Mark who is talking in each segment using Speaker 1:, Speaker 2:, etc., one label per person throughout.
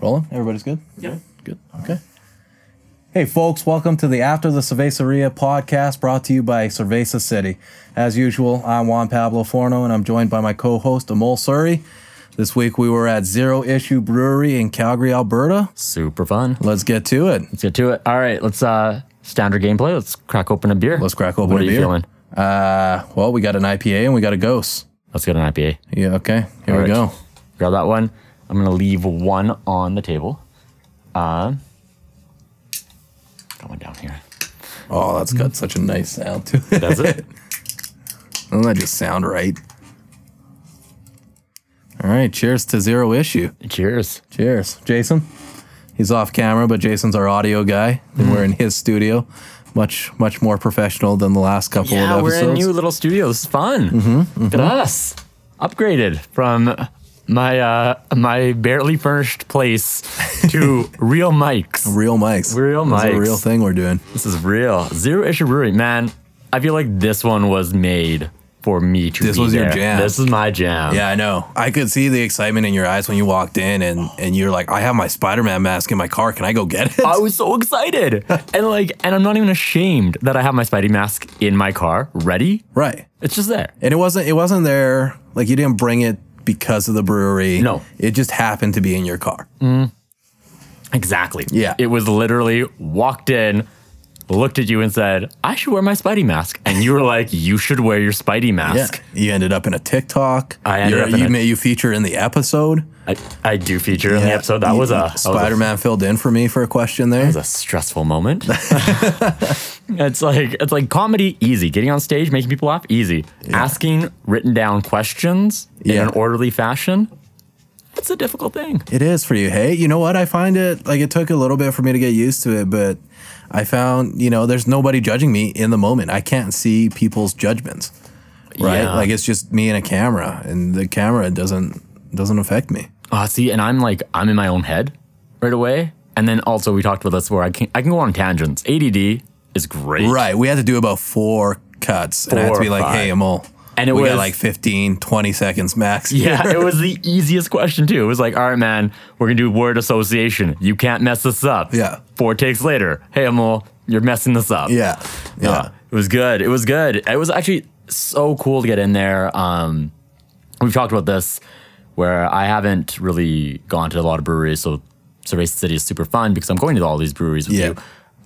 Speaker 1: Rolling? Everybody's good?
Speaker 2: Yeah.
Speaker 1: Good. Okay. Hey, folks, welcome to the After the Cerveceria podcast brought to you by Cerveza City. As usual, I'm Juan Pablo Forno and I'm joined by my co host, Amol Suri. This week we were at Zero Issue Brewery in Calgary, Alberta.
Speaker 3: Super fun.
Speaker 1: Let's get to it.
Speaker 3: Let's get to it. All right, let's uh standard gameplay. Let's crack open a beer.
Speaker 1: Let's crack open
Speaker 3: what
Speaker 1: a
Speaker 3: are
Speaker 1: beer.
Speaker 3: you feeling?
Speaker 1: Uh, well, we got an IPA and we got a ghost.
Speaker 3: Let's get an IPA.
Speaker 1: Yeah, okay. Here we go.
Speaker 3: Alright. Grab that one. I'm gonna leave one on the table. Um, got one down here.
Speaker 1: Oh, that's got such a nice sound to it.
Speaker 3: That's it.
Speaker 1: Doesn't that just sound right? All right, cheers to Zero Issue.
Speaker 3: Cheers.
Speaker 1: Cheers, Jason. He's off camera, but Jason's our audio guy, and we're in his studio. Much, much more professional than the last couple
Speaker 3: Yeah,
Speaker 1: of
Speaker 3: we're
Speaker 1: episodes. Mm-hmm,
Speaker 3: in a new little studio. This is fun. Look at us. Upgraded from my uh my barely furnished place to real mics.
Speaker 1: real mics.
Speaker 3: Real
Speaker 1: This is a
Speaker 3: mics.
Speaker 1: real thing we're doing.
Speaker 3: This is real. Zero Issue Brewery, man. I feel like this one was made for me to.
Speaker 1: This
Speaker 3: be
Speaker 1: was your
Speaker 3: there.
Speaker 1: jam.
Speaker 3: This is my jam.
Speaker 1: Yeah, I know. I could see the excitement in your eyes when you walked in, and and you're like, "I have my Spider-Man mask in my car. Can I go get it?"
Speaker 3: I was so excited, and like, and I'm not even ashamed that I have my Spidey mask in my car, ready.
Speaker 1: right.
Speaker 3: It's just there.
Speaker 1: And it wasn't. It wasn't there. Like you didn't bring it because of the brewery.
Speaker 3: No.
Speaker 1: It just happened to be in your car.
Speaker 3: Exactly.
Speaker 1: Yeah.
Speaker 3: It was literally walked in, looked at you, and said, "I should wear my Spidey mask," and you were like, "You should wear your Spidey
Speaker 1: Yeah.
Speaker 3: mask."
Speaker 1: You ended up in a TikTok.
Speaker 3: I ended
Speaker 1: You're-
Speaker 3: up in
Speaker 1: you
Speaker 3: a-
Speaker 1: may you feature in the episode.
Speaker 3: I, I do feature in the
Speaker 1: Yeah,
Speaker 3: episode. That
Speaker 1: you-
Speaker 3: was a that was a
Speaker 1: Spider Man filled in for me for a question there.
Speaker 3: was a stressful moment. it's like it's like comedy easy, getting on stage, making people laugh easy, asking written down questions
Speaker 1: Yeah.
Speaker 3: in an orderly fashion. It's a difficult thing.
Speaker 1: It is for you. Hey, you know what? I find it like it took a little bit for me to get used to it, but I found you know there's nobody judging me in the moment. I can't see people's judgments, right?
Speaker 3: Yeah.
Speaker 1: Like it's just me and a camera, and the camera doesn't doesn't affect me.
Speaker 3: Uh, see, and I'm like I'm in my own head right away. And then also we talked about this where I can I can go on tangents. ADD is great.
Speaker 1: Right. We had to do about four cuts, and I had to
Speaker 3: Four
Speaker 1: be
Speaker 3: or
Speaker 1: like,
Speaker 3: five.
Speaker 1: hey, Amol.
Speaker 3: And it
Speaker 1: we got
Speaker 3: was-
Speaker 1: like 15, 20 seconds max.
Speaker 3: Yeah, it was the easiest question too. It was like, all right, man, we're gonna do word association. You can't mess this up.
Speaker 1: Yeah.
Speaker 3: Four takes later, hey Amol, you're messing this up.
Speaker 1: yeah, yeah.
Speaker 3: Uh, it was good. It was good. It was actually so cool to get in there. Um, we've talked about this where I haven't really gone to a lot of breweries, so Cerveza City is super fun because I'm going to all these breweries with
Speaker 1: Yeah.
Speaker 3: you.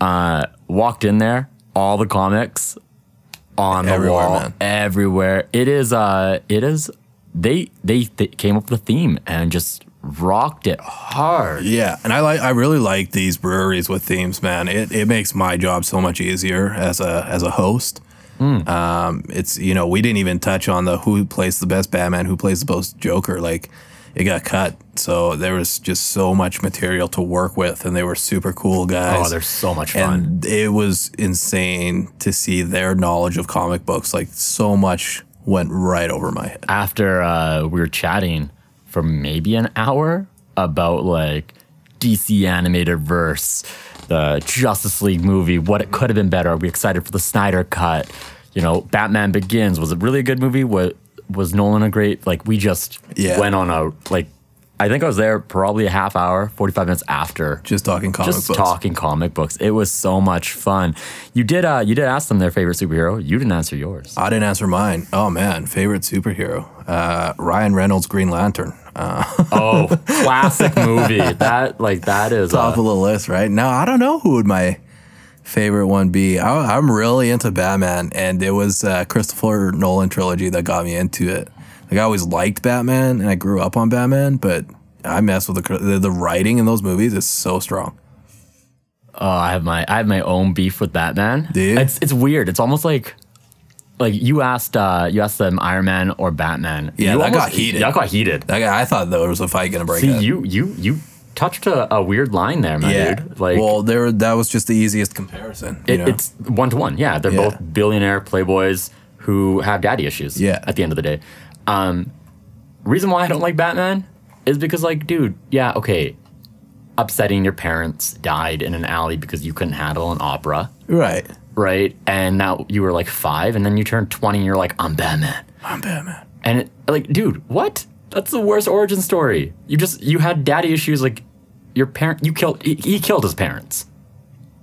Speaker 3: Uh, walked in there, all the comics on the
Speaker 1: Everywhere,
Speaker 3: wall,
Speaker 1: man.
Speaker 3: everywhere. It is. Uh, it is. They they th- came up with a theme and just rocked it hard.
Speaker 1: Yeah, and I like I really like these breweries with themes, man. It it makes my job so much easier as a as a host.
Speaker 3: Hmm.
Speaker 1: Um, it's you know we didn't even touch on the who plays the best Batman, who plays the best Joker. Like it got cut, so there was just so much material to work with, and they were super cool guys.
Speaker 3: Oh, they're so much fun.
Speaker 1: and it was insane to see their knowledge of comic books. Like so much went right over my head.
Speaker 3: after uh, we were chatting for maybe an hour about like DC animated verse, the Justice League movie, what it could have been better. Are we excited for the Snyder cut? You know, Batman Begins was it really a good movie? Was was Nolan a great? Like we just
Speaker 1: Yeah.
Speaker 3: went on a like. I think I was there probably a half hour, forty five minutes after
Speaker 1: Just talking comic
Speaker 3: just
Speaker 1: books.
Speaker 3: talking comic books. It was so much fun. You did uh you did ask them their favorite superhero. You didn't answer yours.
Speaker 1: I didn't answer mine. Oh man, favorite superhero, uh, Ryan Reynolds, Green Lantern.
Speaker 3: Oh, classic movie. That like that is
Speaker 1: Top
Speaker 3: uh,
Speaker 1: of the list, right? Now I don't know who would my favorite one be. I, I'm really into Batman, and it was uh, Christopher Nolan trilogy that got me into it. Like I always liked Batman, and I grew up on Batman, but I mess with the cr- the, the writing in those movies is so strong.
Speaker 3: oh, I have my I have my own beef with Batman.
Speaker 1: Do you?
Speaker 3: It's it's weird. It's almost like like you asked uh you asked them Iron Man or Batman.
Speaker 1: Yeah,
Speaker 3: you
Speaker 1: that got heated.
Speaker 3: That got heated.
Speaker 1: Like, I thought there was a fight gonna break
Speaker 3: See,
Speaker 1: out.
Speaker 3: you you you touched a, a weird line there, my
Speaker 1: yeah.
Speaker 3: dude. Like
Speaker 1: well, there that was just the easiest comparison. you
Speaker 3: it,
Speaker 1: know?
Speaker 3: it's one to one. Yeah, they're
Speaker 1: Yeah.
Speaker 3: both billionaire playboys who have daddy issues.
Speaker 1: Yeah.
Speaker 3: at the end of the day, um, reason why I don't like Batman is because like, dude, yeah, okay, upsetting your parents died in an alley because you couldn't handle an opera,
Speaker 1: right.
Speaker 3: right? And now you were like five, and then you turned twenty, and you're like, I'm Batman,
Speaker 1: I'm Batman.
Speaker 3: and it, like, dude, what? That's the worst origin story. You just you had daddy issues like your parent you killed he, he killed his parents.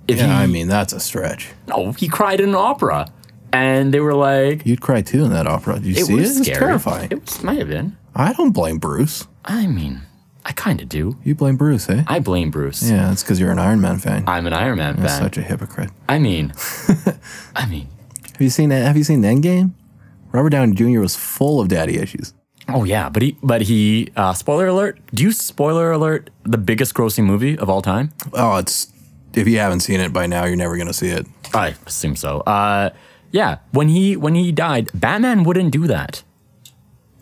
Speaker 3: If
Speaker 1: Yeah,
Speaker 3: he,
Speaker 1: I mean that's a stretch.
Speaker 3: no, Oh, he cried in an opera, and they were like,
Speaker 1: You'd cry too in that opera. Did you
Speaker 3: "It
Speaker 1: see
Speaker 3: was
Speaker 1: it? It's
Speaker 3: scary.
Speaker 1: terrifying.
Speaker 3: It was, might have been.
Speaker 1: I don't blame Bruce.
Speaker 3: I mean, I kind of do.
Speaker 1: You blame Bruce, eh?
Speaker 3: I blame Bruce.
Speaker 1: yeah, it's because you're an Iron Man fan.
Speaker 3: I'm an Iron Man fan.
Speaker 1: Such a hypocrite.
Speaker 3: I mean, I mean,
Speaker 1: Have you seen Have you seen Endgame? Robert Downey Jr. was full of daddy issues.
Speaker 3: oh yeah, but he, but he. Uh, spoiler alert. Do you spoiler alert the biggest grossing movie of all time?
Speaker 1: Oh, it's if you haven't seen it by now, you're never gonna see it.
Speaker 3: I assume so. Uh, yeah, when he when he died, Batman wouldn't do that.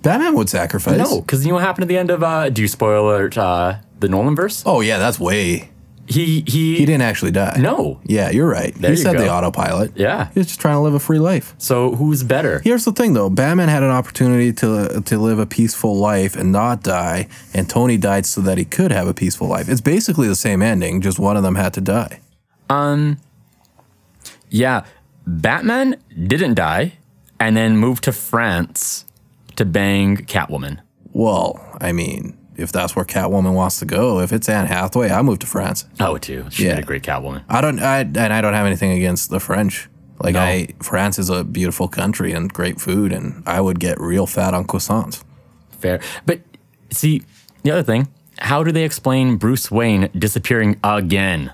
Speaker 1: Batman would sacrifice.
Speaker 3: No, because you know what happened at the end of uh, do you spoiler alert uh, the Nolan verse?
Speaker 1: Oh yeah, that's way.
Speaker 3: He he.
Speaker 1: He didn't actually die.
Speaker 3: No.
Speaker 1: Yeah, you're right. he
Speaker 3: you
Speaker 1: said the
Speaker 3: go.
Speaker 1: autopilot.
Speaker 3: Yeah.
Speaker 1: He was just trying to live a free life.
Speaker 3: So who's better?
Speaker 1: Here's the thing, though. Batman had an opportunity to to live a peaceful life and not die, and Tony died so that he could have a peaceful life. It's basically the same ending, just one of them had to die.
Speaker 3: Um, Yeah, Batman didn't die, and then moved to France to bang Catwoman.
Speaker 1: Well, I mean, if that's where Catwoman wants to go, if it's Anne Hathaway, I move to France.
Speaker 3: Oh, too. She
Speaker 1: Yeah.
Speaker 3: did a great Catwoman.
Speaker 1: I don't, I and I don't have anything against the French. Like I, France is a beautiful country and great food, and I would get real fat on croissants.
Speaker 3: Fair. But see, the other thing, how do they explain Bruce Wayne disappearing again?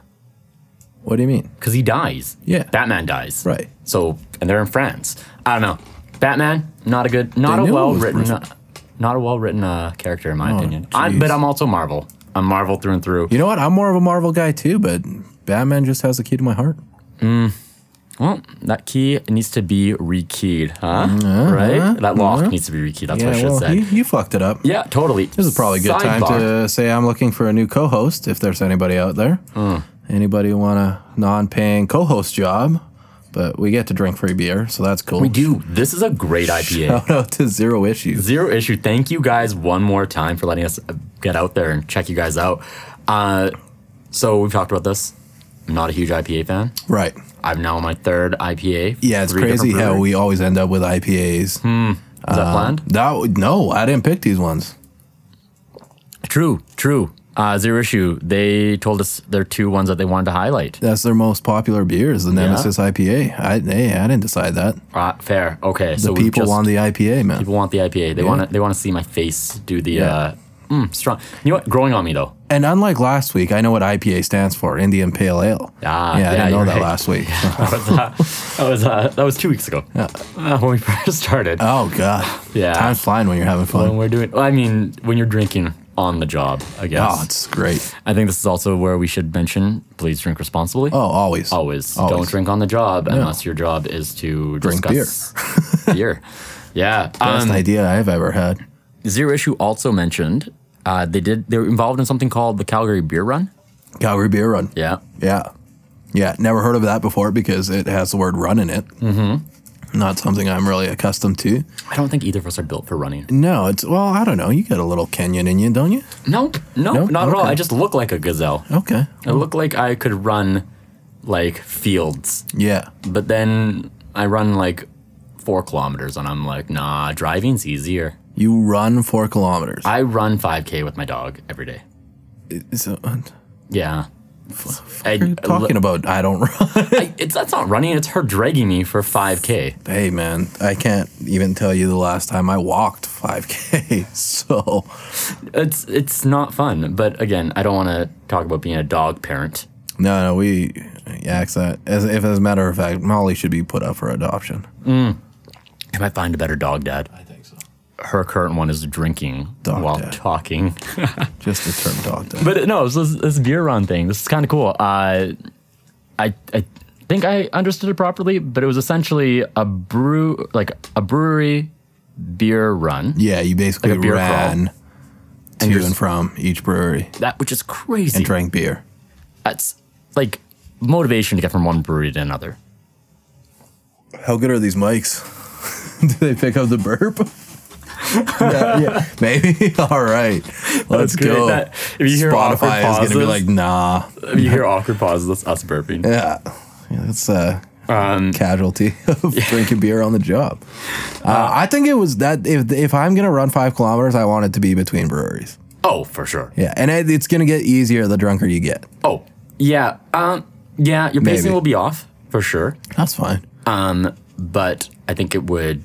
Speaker 1: What do you mean?
Speaker 3: Because he dies.
Speaker 1: Yeah.
Speaker 3: Batman dies.
Speaker 1: Right.
Speaker 3: So, and they're in France. I don't know. Batman, not a good, not
Speaker 1: They
Speaker 3: a
Speaker 1: knew it
Speaker 3: well
Speaker 1: was
Speaker 3: written,
Speaker 1: Bruce- Oh,
Speaker 3: uh, not a well written uh, character in my opinion. I,
Speaker 1: jeez.
Speaker 3: but I'm also Marvel. I'm Marvel through and through.
Speaker 1: You know what? I'm more of a Marvel guy too, but Batman just has the key to my heart.
Speaker 3: Well, that key needs to be rekeyed, huh?
Speaker 1: Mm-hmm.
Speaker 3: right? That lock needs to be rekeyed. That's what I
Speaker 1: Yeah,
Speaker 3: should
Speaker 1: well,
Speaker 3: say.
Speaker 1: you, you fucked it up.
Speaker 3: yeah, totally.
Speaker 1: This is probably a good time to say I'm looking for a new co-host. If there's anybody out there,
Speaker 3: Hmm.
Speaker 1: anybody who want a non-paying co-host job, but we get to drink free beer, so that's cool.
Speaker 3: We do. This is a great IPA.
Speaker 1: Shout out to Zero Issues.
Speaker 3: Zero issue. Thank you guys one more time for letting us uh, get out there and check you guys out. Uh, so we've talked about this. I'm not a huge IPA fan.
Speaker 1: Right?
Speaker 3: I'm now on my third IPA.
Speaker 1: Yeah, it's
Speaker 3: Three
Speaker 1: crazy
Speaker 3: different Hmm.
Speaker 1: how uh,
Speaker 3: breweries.
Speaker 1: we always end up with IPAs.
Speaker 3: is that planned?
Speaker 1: That would- no, I didn't pick these ones.
Speaker 3: True, true. Uh, zero issue. They told us their two ones that they wanted to highlight.
Speaker 1: That's their most popular beer is the Nemesis IPA. I hey, I didn't decide that.
Speaker 3: Uh, fair. Okay. so we
Speaker 1: People
Speaker 3: just,
Speaker 1: want the IPA, man.
Speaker 3: people want the IPA. They want to. They want to see my face do the uh, mm, strong. You know what? Growing on me though.
Speaker 1: And unlike last week, I know what IPA stands for, Indian Pale Ale. yeah,
Speaker 3: Ah,
Speaker 1: I
Speaker 3: yeah,
Speaker 1: didn't know
Speaker 3: you're
Speaker 1: that
Speaker 3: right.
Speaker 1: last week.
Speaker 3: That was uh, that was, uh, that was two weeks ago uh, when we first started.
Speaker 1: Oh god.
Speaker 3: Yeah.
Speaker 1: Time's flying when you're having
Speaker 3: when
Speaker 1: fun.
Speaker 3: we're doing. I mean, when you're drinking on the job, I guess.
Speaker 1: Oh, it's great.
Speaker 3: I think this is also where we should mention: please drink responsibly.
Speaker 1: Oh, always.
Speaker 3: always.
Speaker 1: always.
Speaker 3: don't drink on the job unless your job is to
Speaker 1: Drink
Speaker 3: discuss beer. Yeah.
Speaker 1: Best
Speaker 3: Um,
Speaker 1: idea I've ever had.
Speaker 3: Zero issue also mentioned uh, they did. They were involved in something called the Calgary Beer Run.
Speaker 1: Calgary Beer Run.
Speaker 3: Yeah.
Speaker 1: Yeah. Yeah, Never heard of that before because it has the word run in it. Mm-hmm. Not something I'm really accustomed to.
Speaker 3: I don't think either of us are built for running.
Speaker 1: No, it's well, I don't know. You got a little Kenyan in you, don't you?
Speaker 3: No, no,
Speaker 1: No?
Speaker 3: not at all.
Speaker 1: Okay.
Speaker 3: I just look like a gazelle.
Speaker 1: Okay.
Speaker 3: I look like I could run like fields.
Speaker 1: Yeah.
Speaker 3: But then I run like four kilometers and I'm like, nah, driving's easier.
Speaker 1: You run four kilometers.
Speaker 3: I run 5K with my dog every day.
Speaker 1: so,
Speaker 3: Yeah. I-
Speaker 1: talking about I don't run.
Speaker 3: I- it's, that's not running, it's her dragging me for 5K.
Speaker 1: hey man, I can't even tell you the last time I walked 5k. So
Speaker 3: It's, it's not fun. But again, I don't want to talk about being a dog parent.
Speaker 1: No, no, we ask that as if, as a matter of fact, Molly should be put up for adoption.
Speaker 3: I might find a better dog dad.
Speaker 1: I think so.
Speaker 3: Her current one is drinking
Speaker 1: Dog
Speaker 3: while
Speaker 1: dad.
Speaker 3: talking.
Speaker 1: Just the term dog. Day.
Speaker 3: But uh, no, it's this, this beer run thing. This is kind of cool. Uh, I I think I understood it properly, but it was essentially a brew like a brewery beer run.
Speaker 1: yeah, you basically
Speaker 3: Like a beer
Speaker 1: ran to and,
Speaker 3: just-
Speaker 1: from each brewery
Speaker 3: That which is crazy.
Speaker 1: and drank beer.
Speaker 3: That's like motivation to get from one brewery to another.
Speaker 1: How good are these mics? Do they pick up the burp? yeah, yeah, maybe. All right, let's
Speaker 3: great.
Speaker 1: go.
Speaker 3: That- if you hear awkward
Speaker 1: Spotify is gonna be
Speaker 3: pauses-
Speaker 1: like, nah.
Speaker 3: You hear awkward pauses. That's us burping.
Speaker 1: Yeah, yeah that's a casualty of drinking beer on the job. Uh, I think it was that if if I'm gonna run five kilometers, I want it to be between breweries.
Speaker 3: Oh, for sure.
Speaker 1: Yeah, and it, it's gonna get easier the drunker you get.
Speaker 3: Oh, yeah. Um, yeah, your pacing
Speaker 1: Maybe.
Speaker 3: will be off for sure.
Speaker 1: That's fine.
Speaker 3: Um, but I think it would.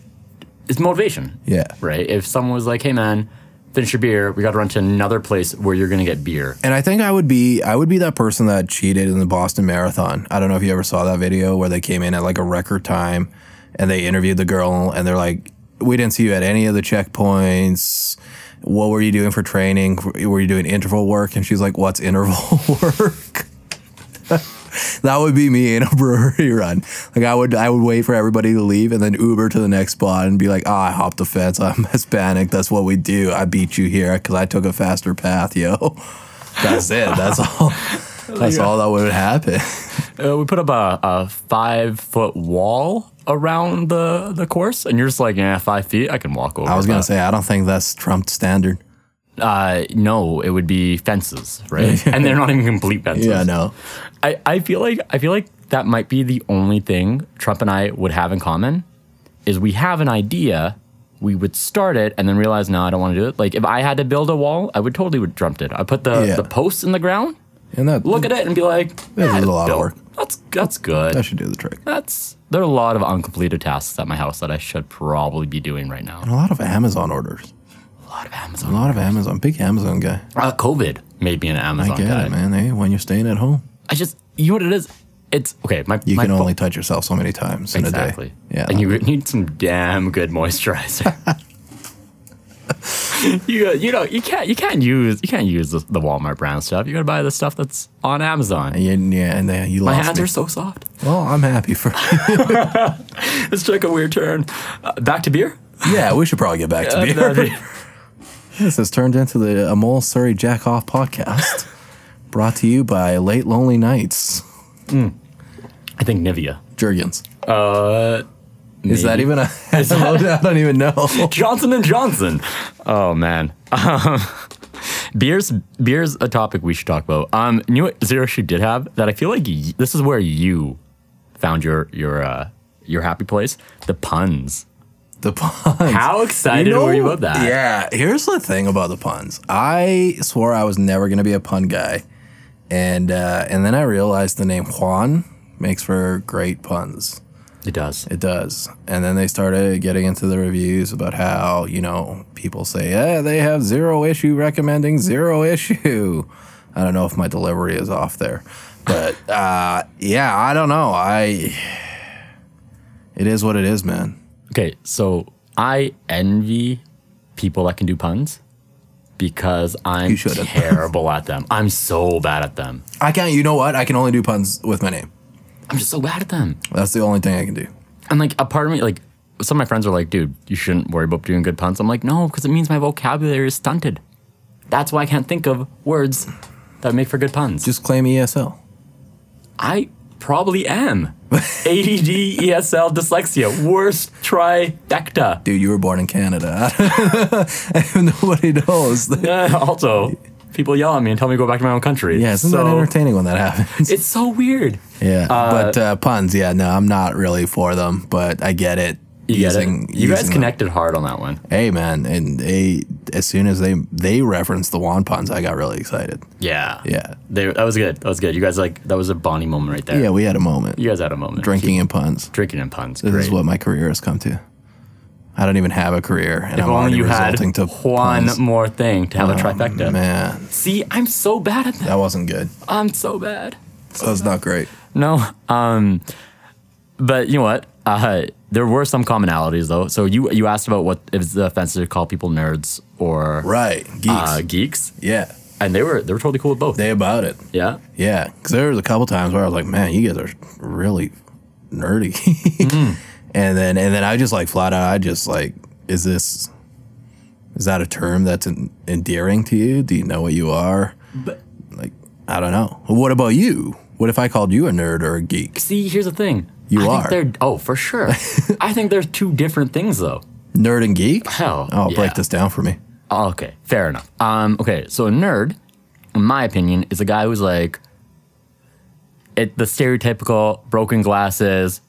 Speaker 3: It's motivation.
Speaker 1: Yeah.
Speaker 3: Right. If someone was like, "Hey, man, finish your beer. We got to run to another place where you're gonna get beer."
Speaker 1: And I think I would be I would be that person that cheated in the Boston Marathon. I don't know if you ever saw that video where they came in at like a record time and they interviewed the girl and they're like, "We didn't see you at any of the checkpoints. What were you doing for training? Were you doing interval work?" And she's like, "What's interval work?" that would be me in a brewery run. Like I would I would wait for everybody to leave and then Uber to the next spot and be like, "Ah, I hopped the fence. I'm Hispanic. That's what we do. I beat you here cuz I took a faster path, yo." That's it. That's all. That's all that would happen.
Speaker 3: Uh, we put up a, a five foot wall around the the course, and you're just like, "Yeah, five feet. I can walk over."
Speaker 1: I was
Speaker 3: that."
Speaker 1: gonna say I don't think that's Trump standard.
Speaker 3: Uh, no, it would be fences, right? and they're not even complete fences.
Speaker 1: Yeah, no.
Speaker 3: I, I feel like I feel like that might be the only thing Trump and I would have in common is we have an idea, we would start it and then realize no, I don't want to do it. Like if I had to build a wall, I would totally would Trump it. I put the,
Speaker 1: Yeah.
Speaker 3: the posts in the ground,
Speaker 1: And that
Speaker 3: look at it and be like,
Speaker 1: This
Speaker 3: "Yeah,
Speaker 1: is a
Speaker 3: it's
Speaker 1: lot of
Speaker 3: built.
Speaker 1: work.
Speaker 3: That's that's good.
Speaker 1: that should do the trick.
Speaker 3: That's there are a lot of uncompleted tasks at my house that I should probably be doing right now.
Speaker 1: A lot of Amazon orders.
Speaker 3: A lot of
Speaker 1: A
Speaker 3: Amazon.
Speaker 1: lot of Amazon. Big Amazon guy.
Speaker 3: Uh, COVID made me an Amazon
Speaker 1: Get
Speaker 3: guy.
Speaker 1: it, man. Hey, when you're staying at home,
Speaker 3: I just you know what it is. It's okay. My
Speaker 1: you
Speaker 3: my
Speaker 1: can
Speaker 3: phone-
Speaker 1: only touch yourself so many times
Speaker 3: Exactly.
Speaker 1: in a day. Yeah.
Speaker 3: And you need some damn good moisturizer. you you know you can't you can't use you can't use the, the Walmart brand stuff. You gotta buy the stuff that's on Amazon.
Speaker 1: And you- yeah, and then you
Speaker 3: My
Speaker 1: lost
Speaker 3: hands
Speaker 1: me.
Speaker 3: are so soft.
Speaker 1: well, I'm happy for.
Speaker 3: This took a weird turn. Uh, back to beer. Uh,
Speaker 1: yeah, we should probably get back to beer. This has turned into the Amol Surrey Jack Off podcast, brought to you by Late Lonely Nights.
Speaker 3: I think Nivea.
Speaker 1: Jurgens. Uh, is that even a? I don't even know.
Speaker 3: Johnson and Johnson. Oh man. Um, Beer's beer's a topic we should talk about. Um, you know what Zero Shoe did have that I feel like y- this is where you found your your uh, your happy place. The puns.
Speaker 1: The puns.
Speaker 3: How excited were you about that?
Speaker 1: Yeah. Here's the thing about the puns. I swore I was never gonna be a pun guy, and uh, and then I realized the name Juan makes for great puns.
Speaker 3: It does.
Speaker 1: It does. And then they started getting into the reviews about how, you know, people say, eh, they have zero issue recommending zero issue. I don't know if my delivery is off there. But uh, yeah, I don't know. I it is what it is, man.
Speaker 3: Okay, so I envy people that can do puns because I'm
Speaker 1: You shouldn't.
Speaker 3: terrible at them. I'm so bad at them.
Speaker 1: I can't you know what? I can only do puns with my name.
Speaker 3: I'm just so bad at them.
Speaker 1: That's the only thing I can do.
Speaker 3: And like a part of me, like some of my friends are like, dude, you shouldn't worry about doing good puns. I'm like, no, because it means my vocabulary is stunted. That's why I can't think of words that make for good puns.
Speaker 1: Just claim E ESL.
Speaker 3: I probably am. ADD, ESL, dyslexia, worst trifecta.
Speaker 1: Dude, you were born in Canada. Nobody knows.
Speaker 3: Uh, also, people yell at me and tell me to go back to my own country.
Speaker 1: Yeah, isn't
Speaker 3: so,
Speaker 1: that entertaining when that happens?
Speaker 3: It's so weird.
Speaker 1: Yeah, but uh, puns. Yeah, no, I'm not really for them, but I get it.
Speaker 3: You, get it? you guys
Speaker 1: using them.
Speaker 3: connected hard on that one.
Speaker 1: Hey, man, and they as soon as they they referenced the wand puns, I got really excited.
Speaker 3: Yeah.
Speaker 1: Yeah,
Speaker 3: They, that was good. That was good. You guys like that was a Bonnie moment right there.
Speaker 1: yeah, we had a moment.
Speaker 3: You guys had a moment.
Speaker 1: Drinking and puns.
Speaker 3: drinking and puns.
Speaker 1: This
Speaker 3: Great.
Speaker 1: is what my career has come to. I don't even have a career, and
Speaker 3: if
Speaker 1: I'm
Speaker 3: only
Speaker 1: already
Speaker 3: you had
Speaker 1: resulting to Um,
Speaker 3: one
Speaker 1: puns.
Speaker 3: more thing to have a trifecta.
Speaker 1: Man,
Speaker 3: See, I'm so bad at that.
Speaker 1: that wasn't good.
Speaker 3: I'm so bad.
Speaker 1: That was not great.
Speaker 3: No. Um, but you know what? Uh, there were some commonalities though. So you you asked about what if it's offensive to call people nerds or
Speaker 1: Right, geeks.
Speaker 3: uh, geeks,
Speaker 1: yeah,
Speaker 3: and they were they were totally cool with both.
Speaker 1: they about it.
Speaker 3: yeah.
Speaker 1: Yeah, because there was a couple times where I was like, "Man, you guys are really nerdy,"
Speaker 3: Mm.
Speaker 1: and then and then I just like flat out, I just like, "Is this is that a term that's en- endearing to you? Do you know what you are?"
Speaker 3: But
Speaker 1: Like, I don't know. What about you? What if I called you a nerd or a geek?
Speaker 3: see, here's the thing.
Speaker 1: You
Speaker 3: I
Speaker 1: are.
Speaker 3: Think they're, oh, for sure. I think there's two different things though.
Speaker 1: Nerd and geek?
Speaker 3: Hell,
Speaker 1: Oh, break
Speaker 3: yeah.
Speaker 1: this down for me.
Speaker 3: Oh, okay, fair enough. Um, okay, so a nerd, in my opinion, is a guy who's like, it, the stereotypical broken glasses,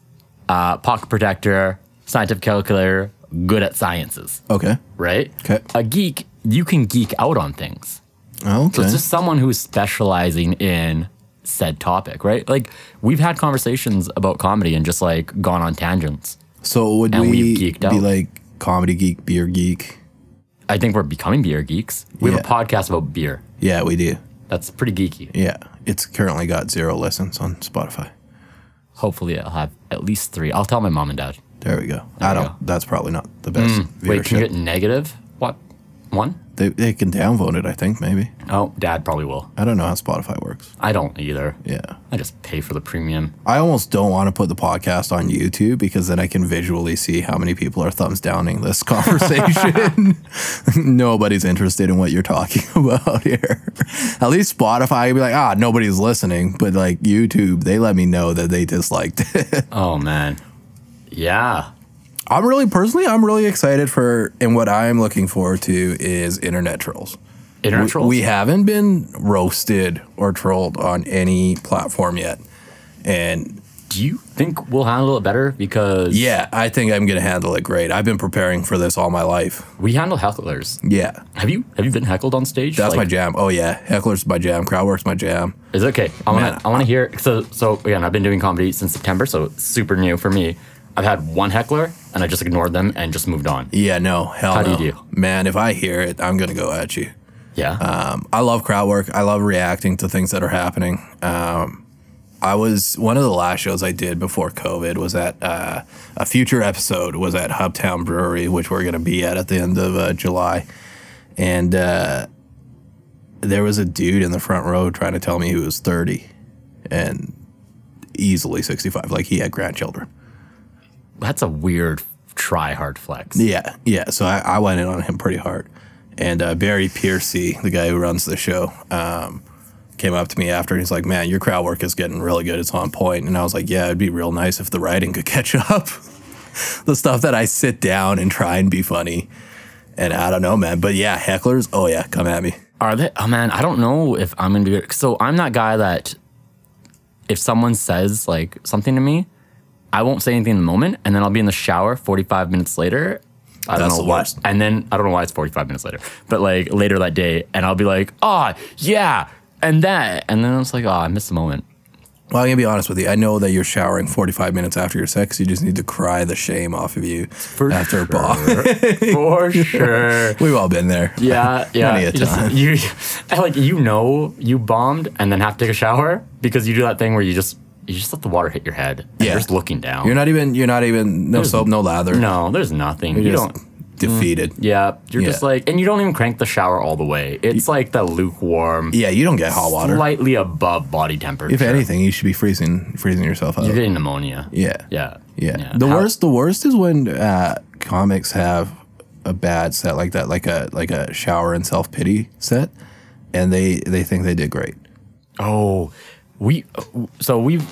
Speaker 3: uh, pocket protector, scientific calculator, good at sciences,
Speaker 1: Okay.
Speaker 3: right?
Speaker 1: 'Kay.
Speaker 3: A geek, you can geek out on things. So
Speaker 1: Oh, Okay.
Speaker 3: it's just someone who's specializing in said topic, right? Like we've had conversations about comedy and just like gone on tangents.
Speaker 1: So would
Speaker 3: and
Speaker 1: we
Speaker 3: we've
Speaker 1: be
Speaker 3: geeked out.
Speaker 1: like comedy geek, beer geek?
Speaker 3: I think we're becoming beer geeks. We have a
Speaker 1: Yeah.
Speaker 3: podcast about beer.
Speaker 1: Yeah, we do.
Speaker 3: That's pretty geeky.
Speaker 1: Yeah, it's currently got zero listens on Spotify.
Speaker 3: Hopefully, I'll have at least three. I'll tell my mom and dad.
Speaker 1: There we go. I
Speaker 3: we
Speaker 1: don't.
Speaker 3: go. Mm.
Speaker 1: That's probably not the best
Speaker 3: Wait,
Speaker 1: viewership.
Speaker 3: can you get negative? What? One?
Speaker 1: they they can downvote it. I think maybe.
Speaker 3: Oh, dad probably will.
Speaker 1: I don't know how Spotify works.
Speaker 3: I don't either.
Speaker 1: Yeah.
Speaker 3: I just pay for the premium.
Speaker 1: I almost don't want to put the podcast on YouTube because then I can visually see how many people are thumbs downing this conversation. nobody's interested in what you're talking about here. At least Spotify would be like, ah, nobody's listening. But like YouTube, they let me know that they disliked it.
Speaker 3: Oh, man. Yeah.
Speaker 1: I'm really personally, I'm really excited for, and what I'm looking forward to is internet trolls.
Speaker 3: Internet
Speaker 1: we,
Speaker 3: trolls?
Speaker 1: we haven't been roasted or trolled on any platform yet. And
Speaker 3: Do you think we'll handle it better? Because
Speaker 1: yeah, I think I'm going to handle it great. I've been preparing for this all my life.
Speaker 3: we handle hecklers.
Speaker 1: Yeah.
Speaker 3: Have you have you been heckled on stage?
Speaker 1: That's my
Speaker 3: Like,
Speaker 1: jam. Oh yeah, heckler's my jam. Crowdwork's my jam.
Speaker 3: Is it okay? I want
Speaker 1: Man,
Speaker 3: to. I want to hear. So so again, I've been doing comedy since September, so it's super new for me. I've had one heckler, and I just ignored them and just moved on.
Speaker 1: Yeah, no, hell
Speaker 3: How do
Speaker 1: no.
Speaker 3: you do?
Speaker 1: Man, if I hear it, I'm gonna go at you.
Speaker 3: Yeah. Uh,
Speaker 1: Um, I love crowd work. I love reacting to things that are happening. Um, I was one of the last shows I did before COVID was at uh, a future episode was at Hubtown Brewery, which we're gonna be at at the end of uh, July, and uh, there was a dude in the front row trying to tell me he was 30 and easily 65, like he had grandchildren.
Speaker 3: That's a weird try hard flex.
Speaker 1: Yeah, yeah. So I, I went in on him pretty hard. And uh, Barry Piercy, the guy who runs the show, um, came up to me after and he's like, Man, your crowd work is getting really good. It's on point. And I was like, Yeah, it'd be real nice if the writing could catch up. the stuff that I sit down and try and be funny. And I don't know, man. But yeah, hecklers, oh yeah, come at me.
Speaker 3: Are they? Oh man, I don't know if I'm gonna be. So I'm that guy that if someone says like something to me, I won't say anything in the moment, and then I'll be in the shower 45 minutes later. I don't
Speaker 1: That's
Speaker 3: know
Speaker 1: the
Speaker 3: why.
Speaker 1: worst.
Speaker 3: And then I don't know why it's 45 minutes later, but like later that day, and I'll be like, oh yeah, and that, and then it's like, oh, I missed the moment.
Speaker 1: Well, I'm going to be honest with you. I know that you're showering 45 minutes after your sex. You just need to cry the shame off of you after a ball.
Speaker 3: for sure.
Speaker 1: We've all been there.
Speaker 3: Yeah, yeah.
Speaker 1: Many a
Speaker 3: You just-
Speaker 1: time.
Speaker 3: You, and, like you know you bombed and then have to take a shower because you do that thing where you just you just let the water hit your head. And
Speaker 1: Yeah.
Speaker 3: you're just looking down.
Speaker 1: You're not even, you're not even, no soap, no lather.
Speaker 3: no, there's nothing. you
Speaker 1: You're just
Speaker 3: don't.
Speaker 1: defeated.
Speaker 3: Yeah, you're just
Speaker 1: Yeah.
Speaker 3: like, and you don't even crank the shower all the way. It's like the lukewarm,
Speaker 1: Yeah, you don't get hot water.
Speaker 3: slightly above body temperature.
Speaker 1: if anything, you should be freezing freezing yourself up.
Speaker 3: you're getting pneumonia.
Speaker 1: yeah.
Speaker 3: yeah,
Speaker 1: Yeah. The
Speaker 3: How-
Speaker 1: worst the worst is when uh, comics have a bad set like that, like a like a shower and self pity set, and they they think they did great.
Speaker 3: Oh, we. So we've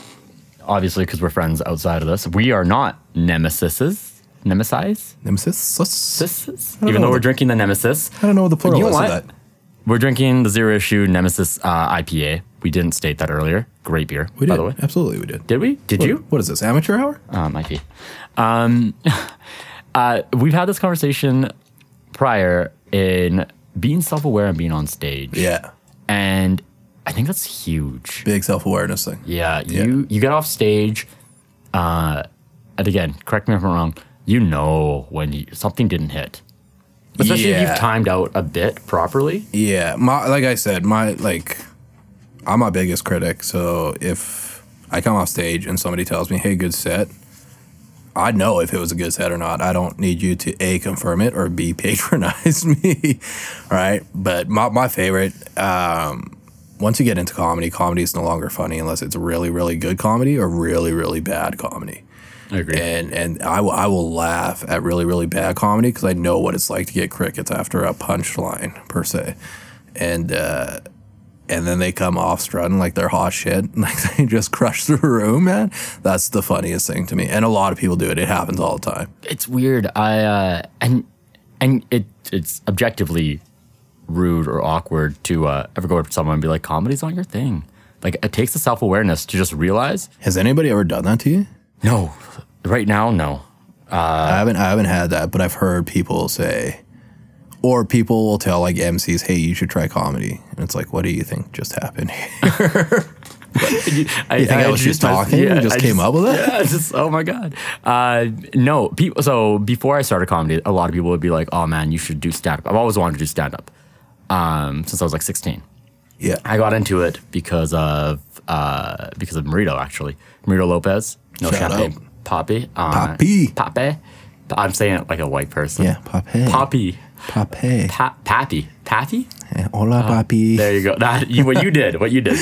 Speaker 3: obviously because we're friends outside of this. We are not nemesises. Nemesis.
Speaker 1: Nemesis. Let's-
Speaker 3: Nemesis?
Speaker 1: don't
Speaker 3: Even
Speaker 1: know
Speaker 3: though
Speaker 1: what
Speaker 3: we're
Speaker 1: the-
Speaker 3: drinking the Nemesis.
Speaker 1: I don't know what the plural
Speaker 3: You know
Speaker 1: is of
Speaker 3: what?
Speaker 1: that.
Speaker 3: We're drinking the Zero Issue Nemesis uh, IPA. We didn't state that earlier. Great beer,
Speaker 1: We did.
Speaker 3: by the way.
Speaker 1: Absolutely, we did.
Speaker 3: Did we? Did
Speaker 1: What-
Speaker 3: you?
Speaker 1: What is this? Amateur hour?
Speaker 3: Uh, my feet. Um, uh, we've had this conversation prior in being self-aware and being on stage.
Speaker 1: Yeah.
Speaker 3: And I think that's huge.
Speaker 1: Big self awareness thing.
Speaker 3: Yeah, you you get off stage, uh, and again, correct me if I'm wrong. You know when you, something didn't hit, especially if
Speaker 1: Yeah.
Speaker 3: you've timed out a bit properly.
Speaker 1: Yeah, my like I said, my like I'm my biggest critic. So if I come off stage and somebody tells me, "Hey, good set," I know if it was a good set or not. I don't need you to a confirm it or b patronize me, right? But my my favorite. Um, once you get into comedy, comedy is no longer funny unless it's really, really good comedy or really, really bad comedy
Speaker 3: I agree.
Speaker 1: and and I will I will laugh at really really bad comedy because I know what it's like to get crickets after a punchline per se, and uh, and then they come off strutting like they're hot shit, like they just crush the room, man. That's the funniest thing to me, and a lot of people do it. It happens all the time.
Speaker 3: It's weird. I uh, and and it it's objectively rude or awkward to uh, ever go up to someone and be like, "Comedy's not your thing." Like it takes the self awareness to just realize,
Speaker 1: Has anybody ever done that to you?
Speaker 3: no, right now, no.
Speaker 1: I haven't I haven't had that, but I've heard people say, or people will tell like MCs, "Hey, you should try comedy," and it's like, "What do you think just happened?" you
Speaker 3: I,
Speaker 1: think I, was just talking?
Speaker 3: Yeah,
Speaker 1: you just
Speaker 3: I
Speaker 1: came up with it?
Speaker 3: Yeah, it's just oh my god. Uh, no, people. So before I started comedy, a lot of people would be like, "Oh man, you should do stand up." I've always wanted to do stand up um, since I was like 16.
Speaker 1: Yeah,
Speaker 3: I got into it because of uh, because of Marito actually. Marito Lopez, no
Speaker 1: Shout
Speaker 3: champagne,
Speaker 1: out.
Speaker 3: Poppy, uh,
Speaker 1: Poppy.
Speaker 3: Pape. I'm saying it like a white person.
Speaker 1: yeah, pape,
Speaker 3: Poppy,
Speaker 1: pape,
Speaker 3: pa- Pappy, Pappy.
Speaker 1: Yeah, hola, papi.
Speaker 3: There you go. That you, what you did. What you did.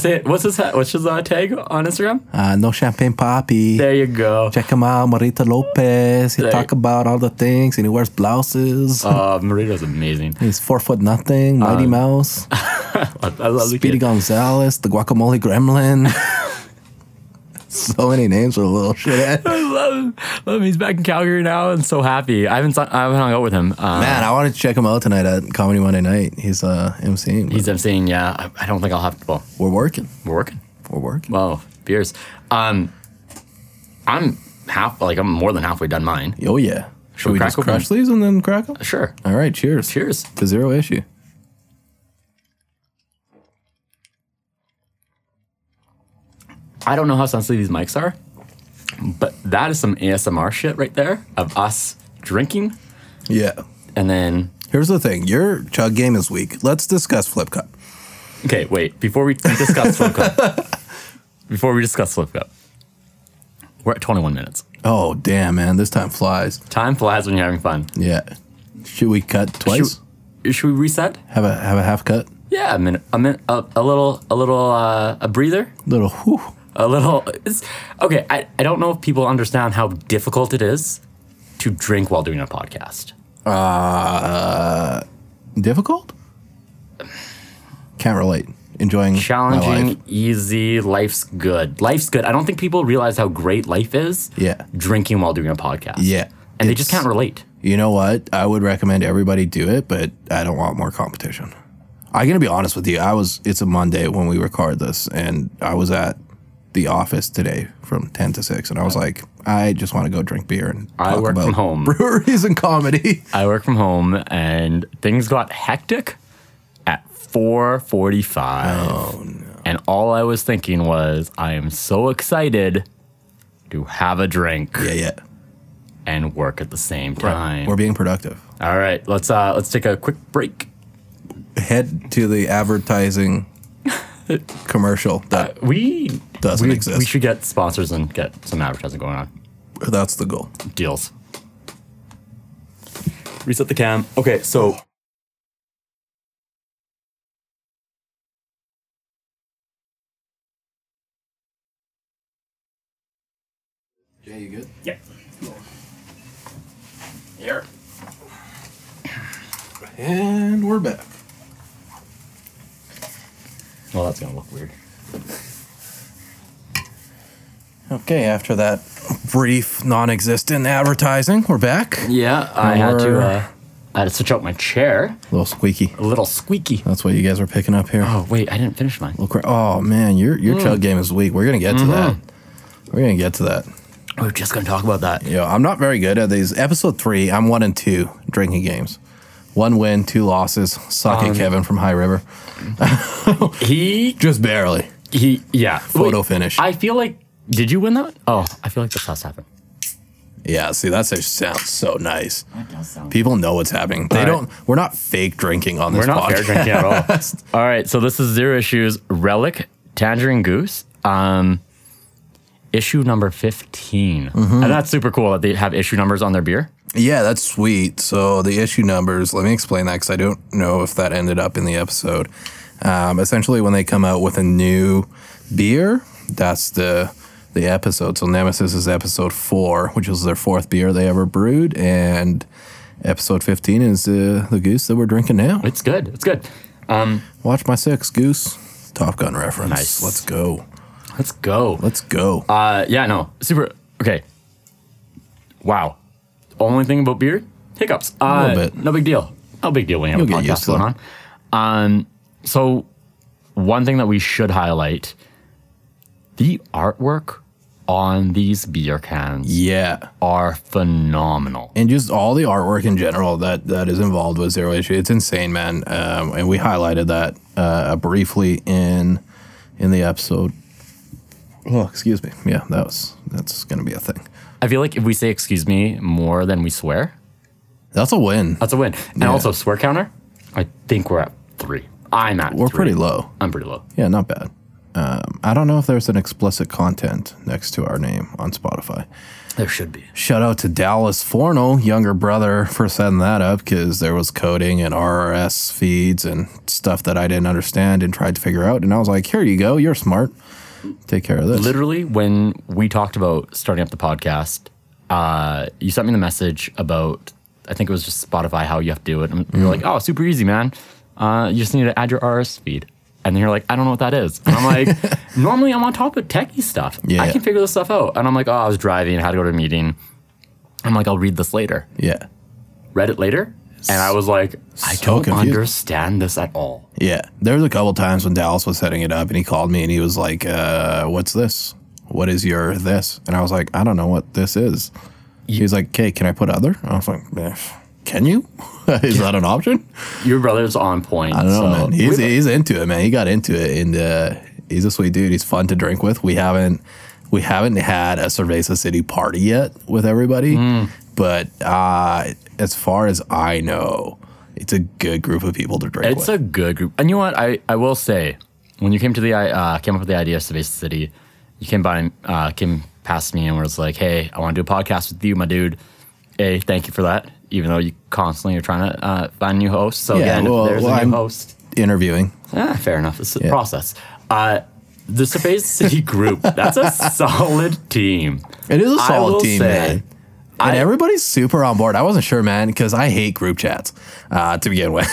Speaker 3: Say it. What's his ha- what's his uh, tag on Instagram?
Speaker 1: Uh, no champagne, papi.
Speaker 3: There you go.
Speaker 1: Check him out, Marita Lopez. He
Speaker 3: There-
Speaker 1: talk about all the things, and he wears blouses.
Speaker 3: Uh, Marito's amazing.
Speaker 1: He's four foot nothing, Mighty
Speaker 3: Ah.
Speaker 1: Mouse,
Speaker 3: I love the
Speaker 1: Speedy
Speaker 3: kid.
Speaker 1: Gonzalez, the Guacamole Gremlin. so many names for a little shit.
Speaker 3: I love him. Love him. He's back in Calgary now and so happy. I haven't, saw- I haven't hung out with him. Uh,
Speaker 1: Man, I wanted to check him out tonight at Comedy Monday Night. He's uh emceeing. but
Speaker 3: he's I'm saying, yeah, I, I don't think I'll have to. Well,
Speaker 1: we're working.
Speaker 3: we're working.
Speaker 1: We're working.
Speaker 3: Wow, beers. Um, I'm half, like, I'm more than halfway done mine.
Speaker 1: Oh yeah. Should we
Speaker 3: crack
Speaker 1: just
Speaker 3: open?
Speaker 1: crush these and then crack them?
Speaker 3: Sure.
Speaker 1: All right. Cheers.
Speaker 3: Cheers.
Speaker 1: To zero issue.
Speaker 3: I don't know how sensitive these mics are, but that is some ASMR shit right there of us drinking
Speaker 1: Yeah.
Speaker 3: and then.
Speaker 1: Here's the thing. Your chug game is weak. Let's discuss Flip Cup.
Speaker 3: Okay, wait. Before we discuss Flip Cup, before we discuss Flip Cup, we're at 21 minutes.
Speaker 1: Oh damn, man. This time flies.
Speaker 3: Time flies when you're having fun.
Speaker 1: Yeah. Should we cut twice?
Speaker 3: Should, should we reset?
Speaker 1: Have a have a half cut.
Speaker 3: Yeah, a minute, a minute, a, a little, a little, uh, a breather,
Speaker 1: Little whew.
Speaker 3: a little. It's, okay, I, I don't know if people understand how difficult it is to drink while doing a podcast.
Speaker 1: Difficult. Can't relate. Enjoying my life.
Speaker 3: Challenging, easy, life's good. Life's good. I don't think people realize how great life is.
Speaker 1: Yeah.
Speaker 3: Drinking while doing a podcast.
Speaker 1: Yeah.
Speaker 3: And they just
Speaker 1: It's-
Speaker 3: can't relate.
Speaker 1: You know what? I would recommend everybody do it, but I don't want more competition. I'm gonna be honest with you. I was. It's a Monday when we record this, and I was at the office today from 10 to 6, and I was like, I just want to go drink beer and
Speaker 3: I
Speaker 1: talk
Speaker 3: work
Speaker 1: about
Speaker 3: from home.
Speaker 1: breweries and comedy.
Speaker 3: I work from home and things got hectic at 4:45.
Speaker 1: Oh,
Speaker 3: And all I was thinking was I am so excited to have a drink
Speaker 1: yeah, yeah.
Speaker 3: and work at the same
Speaker 1: Right.
Speaker 3: time.
Speaker 1: We're being productive.
Speaker 3: All right, let's uh let's take a quick break.
Speaker 1: Head to the advertising commercial. That
Speaker 3: Uh, We
Speaker 1: Doesn't
Speaker 3: we,
Speaker 1: exist.
Speaker 3: We should get sponsors and get some advertising going on.
Speaker 1: that's the goal.
Speaker 3: Deals. Reset the cam. Okay, so
Speaker 1: Yeah, you good?
Speaker 3: yeah. Here.
Speaker 1: And we're back.
Speaker 3: Well, that's gonna look weird.
Speaker 1: Okay, after that brief, non-existent advertising, we're back.
Speaker 3: Yeah, I had to.
Speaker 1: Or-
Speaker 3: Uh, I had to switch out my chair.
Speaker 1: A little squeaky.
Speaker 3: A little squeaky.
Speaker 1: That's what you guys were picking up here.
Speaker 3: Oh Mm. wait, I didn't finish mine.
Speaker 1: Little cra- Oh man, your your chug game is weak. We're gonna get to that.
Speaker 3: Mm-hmm.
Speaker 1: We're gonna get to that.
Speaker 3: We were just gonna talk about that.
Speaker 1: Yo, I'm not very good at these. Episode three, I'm one and two drinking games. One win, two losses. Suck
Speaker 3: Um,
Speaker 1: it, Kevin from High River.
Speaker 3: He
Speaker 1: Just barely.
Speaker 3: he. Yeah.
Speaker 1: Photo finish.
Speaker 3: I feel like. Did you win that? Oh, I feel like this has happened.
Speaker 1: yeah, see, that just sounds so nice.
Speaker 3: sound-
Speaker 1: People know what's happening. They
Speaker 3: All right.
Speaker 1: don't. We're not fake drinking on this
Speaker 3: We're not fair
Speaker 1: podcast.
Speaker 3: drinking at all. all right, so this is zero issues. Relic, Tangerine Goose. Um, issue number 15
Speaker 1: Mm-hmm.
Speaker 3: and that's super cool that they have issue numbers on their beer.
Speaker 1: Yeah, that's sweet. So the issue numbers, let me explain that because I don't know if that ended up in the episode. Um, essentially, when they come out with a new beer, that's the the episode. So Nemesis is episode four, which was their fourth beer they ever brewed, and episode fifteen is uh, the goose that we're drinking now.
Speaker 3: It's good. It's good.
Speaker 1: Watch my six goose. Top Gun reference.
Speaker 3: Nice.
Speaker 1: Let's go.
Speaker 3: Let's go.
Speaker 1: Let's go.
Speaker 3: Uh, yeah, no, super. Okay. Wow. Only thing about beer, hiccups. Uh,
Speaker 1: little bit.
Speaker 3: No big deal. No big deal when you have
Speaker 1: You'll
Speaker 3: a
Speaker 1: get used
Speaker 3: podcast
Speaker 1: to
Speaker 3: going
Speaker 1: them.
Speaker 3: on. Um, so one thing that we should highlight: the artwork on these beer cans
Speaker 1: Yeah.
Speaker 3: are phenomenal.
Speaker 1: and just all the artwork in general that that is involved with zero issue it's insane man um, and we highlighted that uh, briefly in in the episode oh excuse me yeah that was that's gonna be a thing
Speaker 3: I feel like if we say excuse me more than we swear,
Speaker 1: that's a win
Speaker 3: that's a win. And also swear counter, I think we're at three. I'm at
Speaker 1: we're
Speaker 3: three.
Speaker 1: pretty low
Speaker 3: I'm pretty low.
Speaker 1: yeah not bad um, i don't know if there's an explicit content next to our name on spotify
Speaker 3: There should be.
Speaker 1: Shout out to Dallas Fornell, younger brother, for setting that up because there was coding and RRS feeds and stuff that I didn't understand and tried to figure out. And I was like, here you go. You're smart. Take care of this.
Speaker 3: Literally, when we talked about starting up the podcast, uh, you sent me the message about I think it was just Spotify how you have to do it. And you're
Speaker 1: Mm-hmm.
Speaker 3: like, oh, super easy, man. Uh, you just need to add your RS feed. And then you're like, I don't know what that is. And I'm like, normally I'm on top of techie stuff. I
Speaker 1: Yeah.
Speaker 3: can figure this stuff out. And I'm like, oh, I was driving, I had to go to a meeting. I'm like, I'll read this later.
Speaker 1: Yeah.
Speaker 3: Read it later. And I was like, I
Speaker 1: So
Speaker 3: don't
Speaker 1: confused.
Speaker 3: understand this at all.
Speaker 1: Yeah. There was a couple times when Dallas was setting it up and he called me and he was like, uh, what's this? What is your this? And I was like, I don't know what this is. He was like, okay, can I put other? I was like, "Eh, can you? is that an option?
Speaker 3: Your brother's on point.
Speaker 1: I don't know, man. He's,
Speaker 3: we-
Speaker 1: he's into it, man. He got into it, and uh, he's a sweet dude. He's fun to drink with. We haven't we haven't had a Cerveza City party yet with everybody,
Speaker 3: Hmm.
Speaker 1: but uh, as far as I know, it's a good group of people to drink
Speaker 3: It's
Speaker 1: with.
Speaker 3: a good group. And you know what? I, I will say, when you came to the I uh, came up with the idea of Space City, you came by and uh, came past me and was like, "Hey, I want to do a podcast with you, my dude." Hey, thank you for that. Even though you constantly are trying to uh, find new hosts, so
Speaker 1: Yeah,
Speaker 3: again, if
Speaker 1: well-
Speaker 3: there's
Speaker 1: well,
Speaker 3: a new
Speaker 1: I'm-
Speaker 3: host.
Speaker 1: Interviewing,
Speaker 3: Ah, fair enough. It's a process. Uh, the Space City group. That's a solid team.
Speaker 1: it is a
Speaker 3: I
Speaker 1: solid
Speaker 3: will
Speaker 1: team,
Speaker 3: say,
Speaker 1: man. And everybody's super on board. I wasn't sure, man, because I hate group chats uh, to begin with.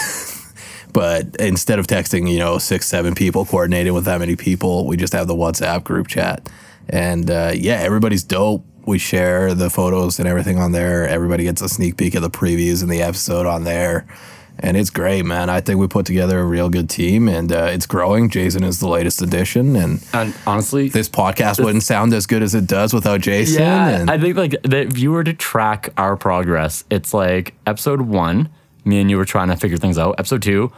Speaker 1: but instead of texting, you know, six, seven people, coordinating with that many people, we just have the WhatsApp group chat. And uh, yeah, everybody's dope. We share the photos and everything on there. Everybody gets a sneak peek of the previews and the episode on there. And it's great, man. I think we put together a real good team and uh, it's growing. Jason is the latest addition. And
Speaker 3: And honestly,
Speaker 1: this podcast wouldn't sound as good as it does without Jason.
Speaker 3: Yeah,
Speaker 1: and
Speaker 3: I think like that if you were to track our progress, it's like episode one, me and you were trying to figure things out. Episode two,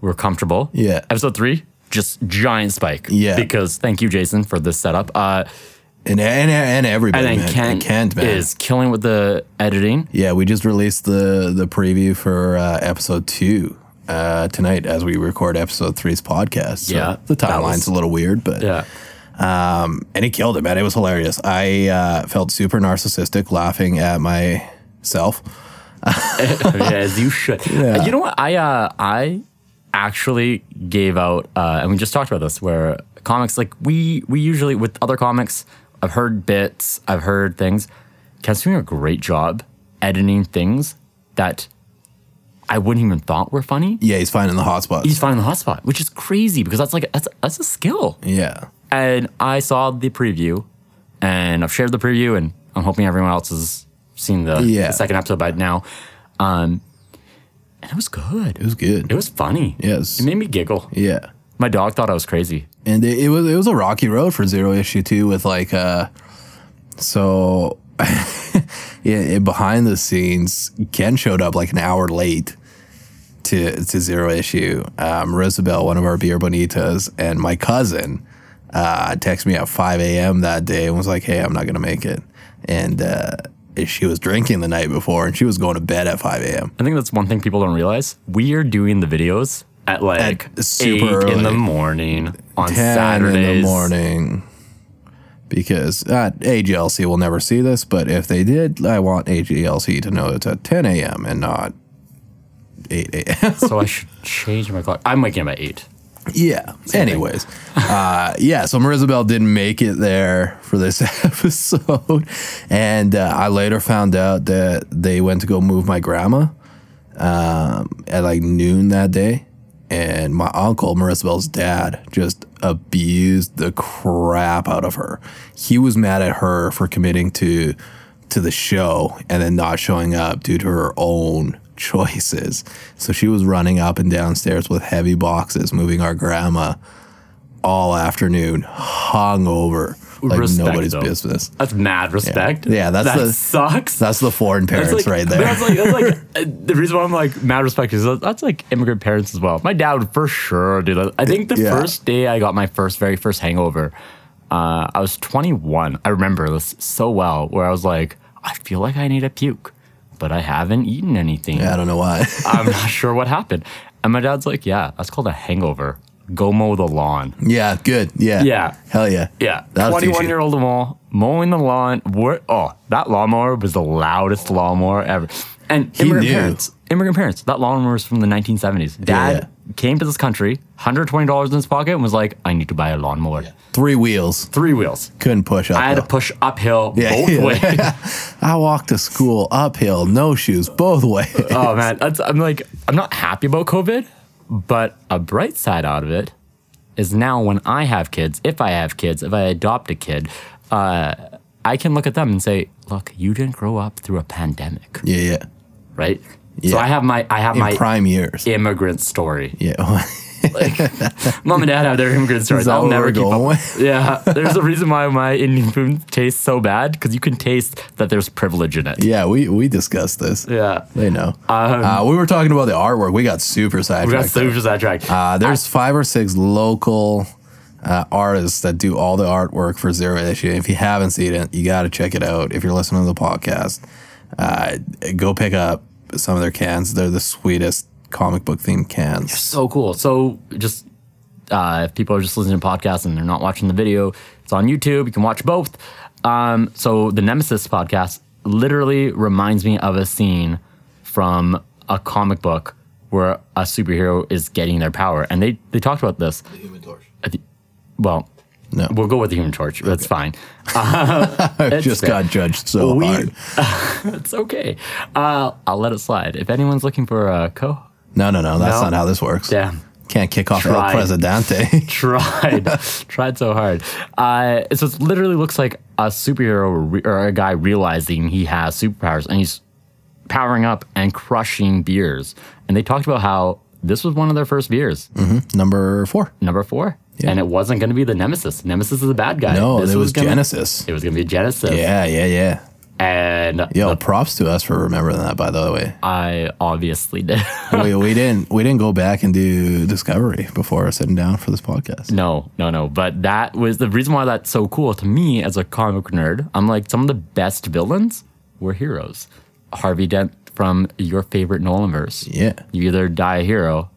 Speaker 3: we're comfortable.
Speaker 1: Yeah.
Speaker 3: Episode three, just giant spike.
Speaker 1: Yeah.
Speaker 3: Because thank you, Jason, for this setup. Uh,
Speaker 1: and, and, and everybody.
Speaker 3: and then
Speaker 1: man.
Speaker 3: Kent,
Speaker 1: Kent, man.
Speaker 3: is killing with the editing.
Speaker 1: Yeah, we just released the the preview for uh, episode two uh, tonight as we record episode three's podcast. So
Speaker 3: Yeah,
Speaker 1: the
Speaker 3: that
Speaker 1: timeline's
Speaker 3: was-
Speaker 1: a little weird, but
Speaker 3: Yeah.
Speaker 1: and he killed it, man. It was hilarious. I uh, felt super narcissistic laughing at myself.
Speaker 3: as you should. Uh, You know what? I uh, I actually gave out, uh, and we just talked about this, where comics like we we usually with other comics, I've heard bits, I've heard things. Ken's doing a great job editing things that I wouldn't even thought were funny.
Speaker 1: Yeah, he's finding the hot spots.
Speaker 3: He's finding the hot spot, which is crazy because that's like that's that's a skill.
Speaker 1: yeah,
Speaker 3: And I saw the preview, and I've shared the preview, and I'm hoping everyone else has seen the, the
Speaker 1: Yeah.
Speaker 3: second episode by now. Um, and it was good.
Speaker 1: it was good.
Speaker 3: It was funny.
Speaker 1: yes.
Speaker 3: It made me giggle.
Speaker 1: yeah.
Speaker 3: My dog thought I was crazy.
Speaker 1: and it, it was it was a rocky road for zero issue two with like uh so yeah it, behind the scenes ken showed up like an hour late to to zero issue um rosabelle one of our beer bonitas and my cousin uh texted me at 5 a.m that day and was like hey i'm not gonna make it and uh she was drinking the night before and she was going to bed at 5 a.m
Speaker 3: I think that's one thing people don't realize. We are doing the videos at like
Speaker 1: At super
Speaker 3: eight in the
Speaker 1: early.
Speaker 3: morning on
Speaker 1: 10
Speaker 3: Saturdays.
Speaker 1: in the morning. Because uh, AGLC will never see this, but if they did, I want AGLC to know it's at 10 a.m. and not 8 a.m.
Speaker 3: so I should change my clock. I'm waking up at eight.
Speaker 1: yeah. Anyways, uh, yeah, so Marisabel didn't make it there for this episode. And uh, I later found out that they went to go move my grandma um, at like noon that day. And my uncle, Marisabel's dad, just abused the crap out of her. He was mad at her for committing to to the show and then not showing up due to her own choices. So she was running up and downstairs with heavy boxes, moving our grandma all afternoon, hungover. like
Speaker 3: Respect,
Speaker 1: nobody's
Speaker 3: though.
Speaker 1: business.
Speaker 3: That's mad respect.
Speaker 1: Yeah, that's
Speaker 3: that
Speaker 1: the-
Speaker 3: sucks.
Speaker 1: That's the foreign parents
Speaker 3: like,
Speaker 1: right there.
Speaker 3: That's like, that's like uh, the reason why I'm like mad respect is that- that's like immigrant parents as well. My dad would for sure do that. I think the
Speaker 1: Yeah.
Speaker 3: first day I got my first, very first hangover, uh, I was 21. I remember this so well, where I was like, I feel like I need a puke, but I haven't eaten anything.
Speaker 1: I don't know why.
Speaker 3: I'm not sure what happened. And my dad's like, Yeah, that's called a hangover. Go mow the lawn.
Speaker 1: yeah, good. Yeah.
Speaker 3: Yeah.
Speaker 1: Hell yeah.
Speaker 3: Yeah,
Speaker 1: That'll teach you.
Speaker 3: 21 year old Lamal mowing the lawn. Wor- oh, that lawnmower was the loudest lawnmower ever. And immigrant
Speaker 1: knew.
Speaker 3: parents, immigrant parents. That lawnmower was from the 1970s. Dad came to this country, 120 dollars in his pocket, and was like, "I need to buy a lawnmower,
Speaker 1: Three wheels.
Speaker 3: three wheels."
Speaker 1: Couldn't push up.
Speaker 3: I had to push uphill
Speaker 1: Yeah,
Speaker 3: both
Speaker 1: yeah.
Speaker 3: ways.
Speaker 1: I walked to school uphill, no shoes, both ways.
Speaker 3: oh man, that's, I'm like, I'm not happy about COVID, but a bright side out of it is now when I have kids, if I have kids, if I adopt a kid, uh, I can look at them and say, look, you didn't grow up through a pandemic,
Speaker 1: yeah, yeah.
Speaker 3: right?
Speaker 1: Yeah.
Speaker 3: So I have my, I have
Speaker 1: In
Speaker 3: my
Speaker 1: prime years.
Speaker 3: immigrant story.
Speaker 1: Yeah.
Speaker 3: Mom and dad have their immigrant stories.
Speaker 1: that
Speaker 3: I'll
Speaker 1: where
Speaker 3: never
Speaker 1: we're
Speaker 3: keep
Speaker 1: going
Speaker 3: up.
Speaker 1: with?
Speaker 3: Yeah, there's a reason why my Indian food tastes so bad because you can taste that there's privilege in it.
Speaker 1: yeah, we, we discussed this.
Speaker 3: Yeah. Um,
Speaker 1: They know. uh, we were talking about the artwork. We got super
Speaker 3: We got
Speaker 1: sidetracked.
Speaker 3: so sidetracked.
Speaker 1: uh, there's five or six local uh, artists that do all the artwork for Zero Issue. If you haven't seen it, you got to check it out. If you're listening to the podcast, uh, go pick up some of their cans. They're the sweetest comic book themed cans.
Speaker 3: so Oh, cool. So just uh, if people are just listening to podcasts and they're not watching the video, it's on YouTube. You can watch both. Um, so the Nemesis podcast literally reminds me of a scene from a comic book where a superhero is getting their power, and they they talked about this. At the- Well,
Speaker 1: No.
Speaker 3: we'll go with the Human Torch. That's fine.
Speaker 1: I just
Speaker 3: fair.
Speaker 1: got judged so
Speaker 3: We-
Speaker 1: hard.
Speaker 3: It's okay. Uh, I'll let it slide. If anyone's looking for a co,
Speaker 1: No, no, no. That's
Speaker 3: No.
Speaker 1: not how this works.
Speaker 3: damn.
Speaker 1: Can't kick off El
Speaker 3: Tried.
Speaker 1: Presidente.
Speaker 3: tried, tried so hard. Uh, so it literally looks like a superhero re- or a guy realizing he has superpowers and he's powering up and crushing beers. And they talked about how this was one of their first beers,
Speaker 1: Mm. Number four.
Speaker 3: number four, and it wasn't going to be the Nemesis. Nemesis is a bad guy.
Speaker 1: No,
Speaker 3: This
Speaker 1: it was,
Speaker 3: gonna-
Speaker 1: Genesis.
Speaker 3: It was going to be Genesis.
Speaker 1: Yeah, yeah, yeah.
Speaker 3: And
Speaker 1: Yo, props to us for remembering that. By the way,
Speaker 3: I obviously did.
Speaker 1: we, we didn't we didn't go back and do Discovery before sitting down for this podcast.
Speaker 3: No, no, no. But that was the reason why that's so cool to me as a comic nerd. I'm like, some of the best villains were heroes. Harvey Dent from your favorite Nolanverse.
Speaker 1: Yeah,
Speaker 3: You either die a hero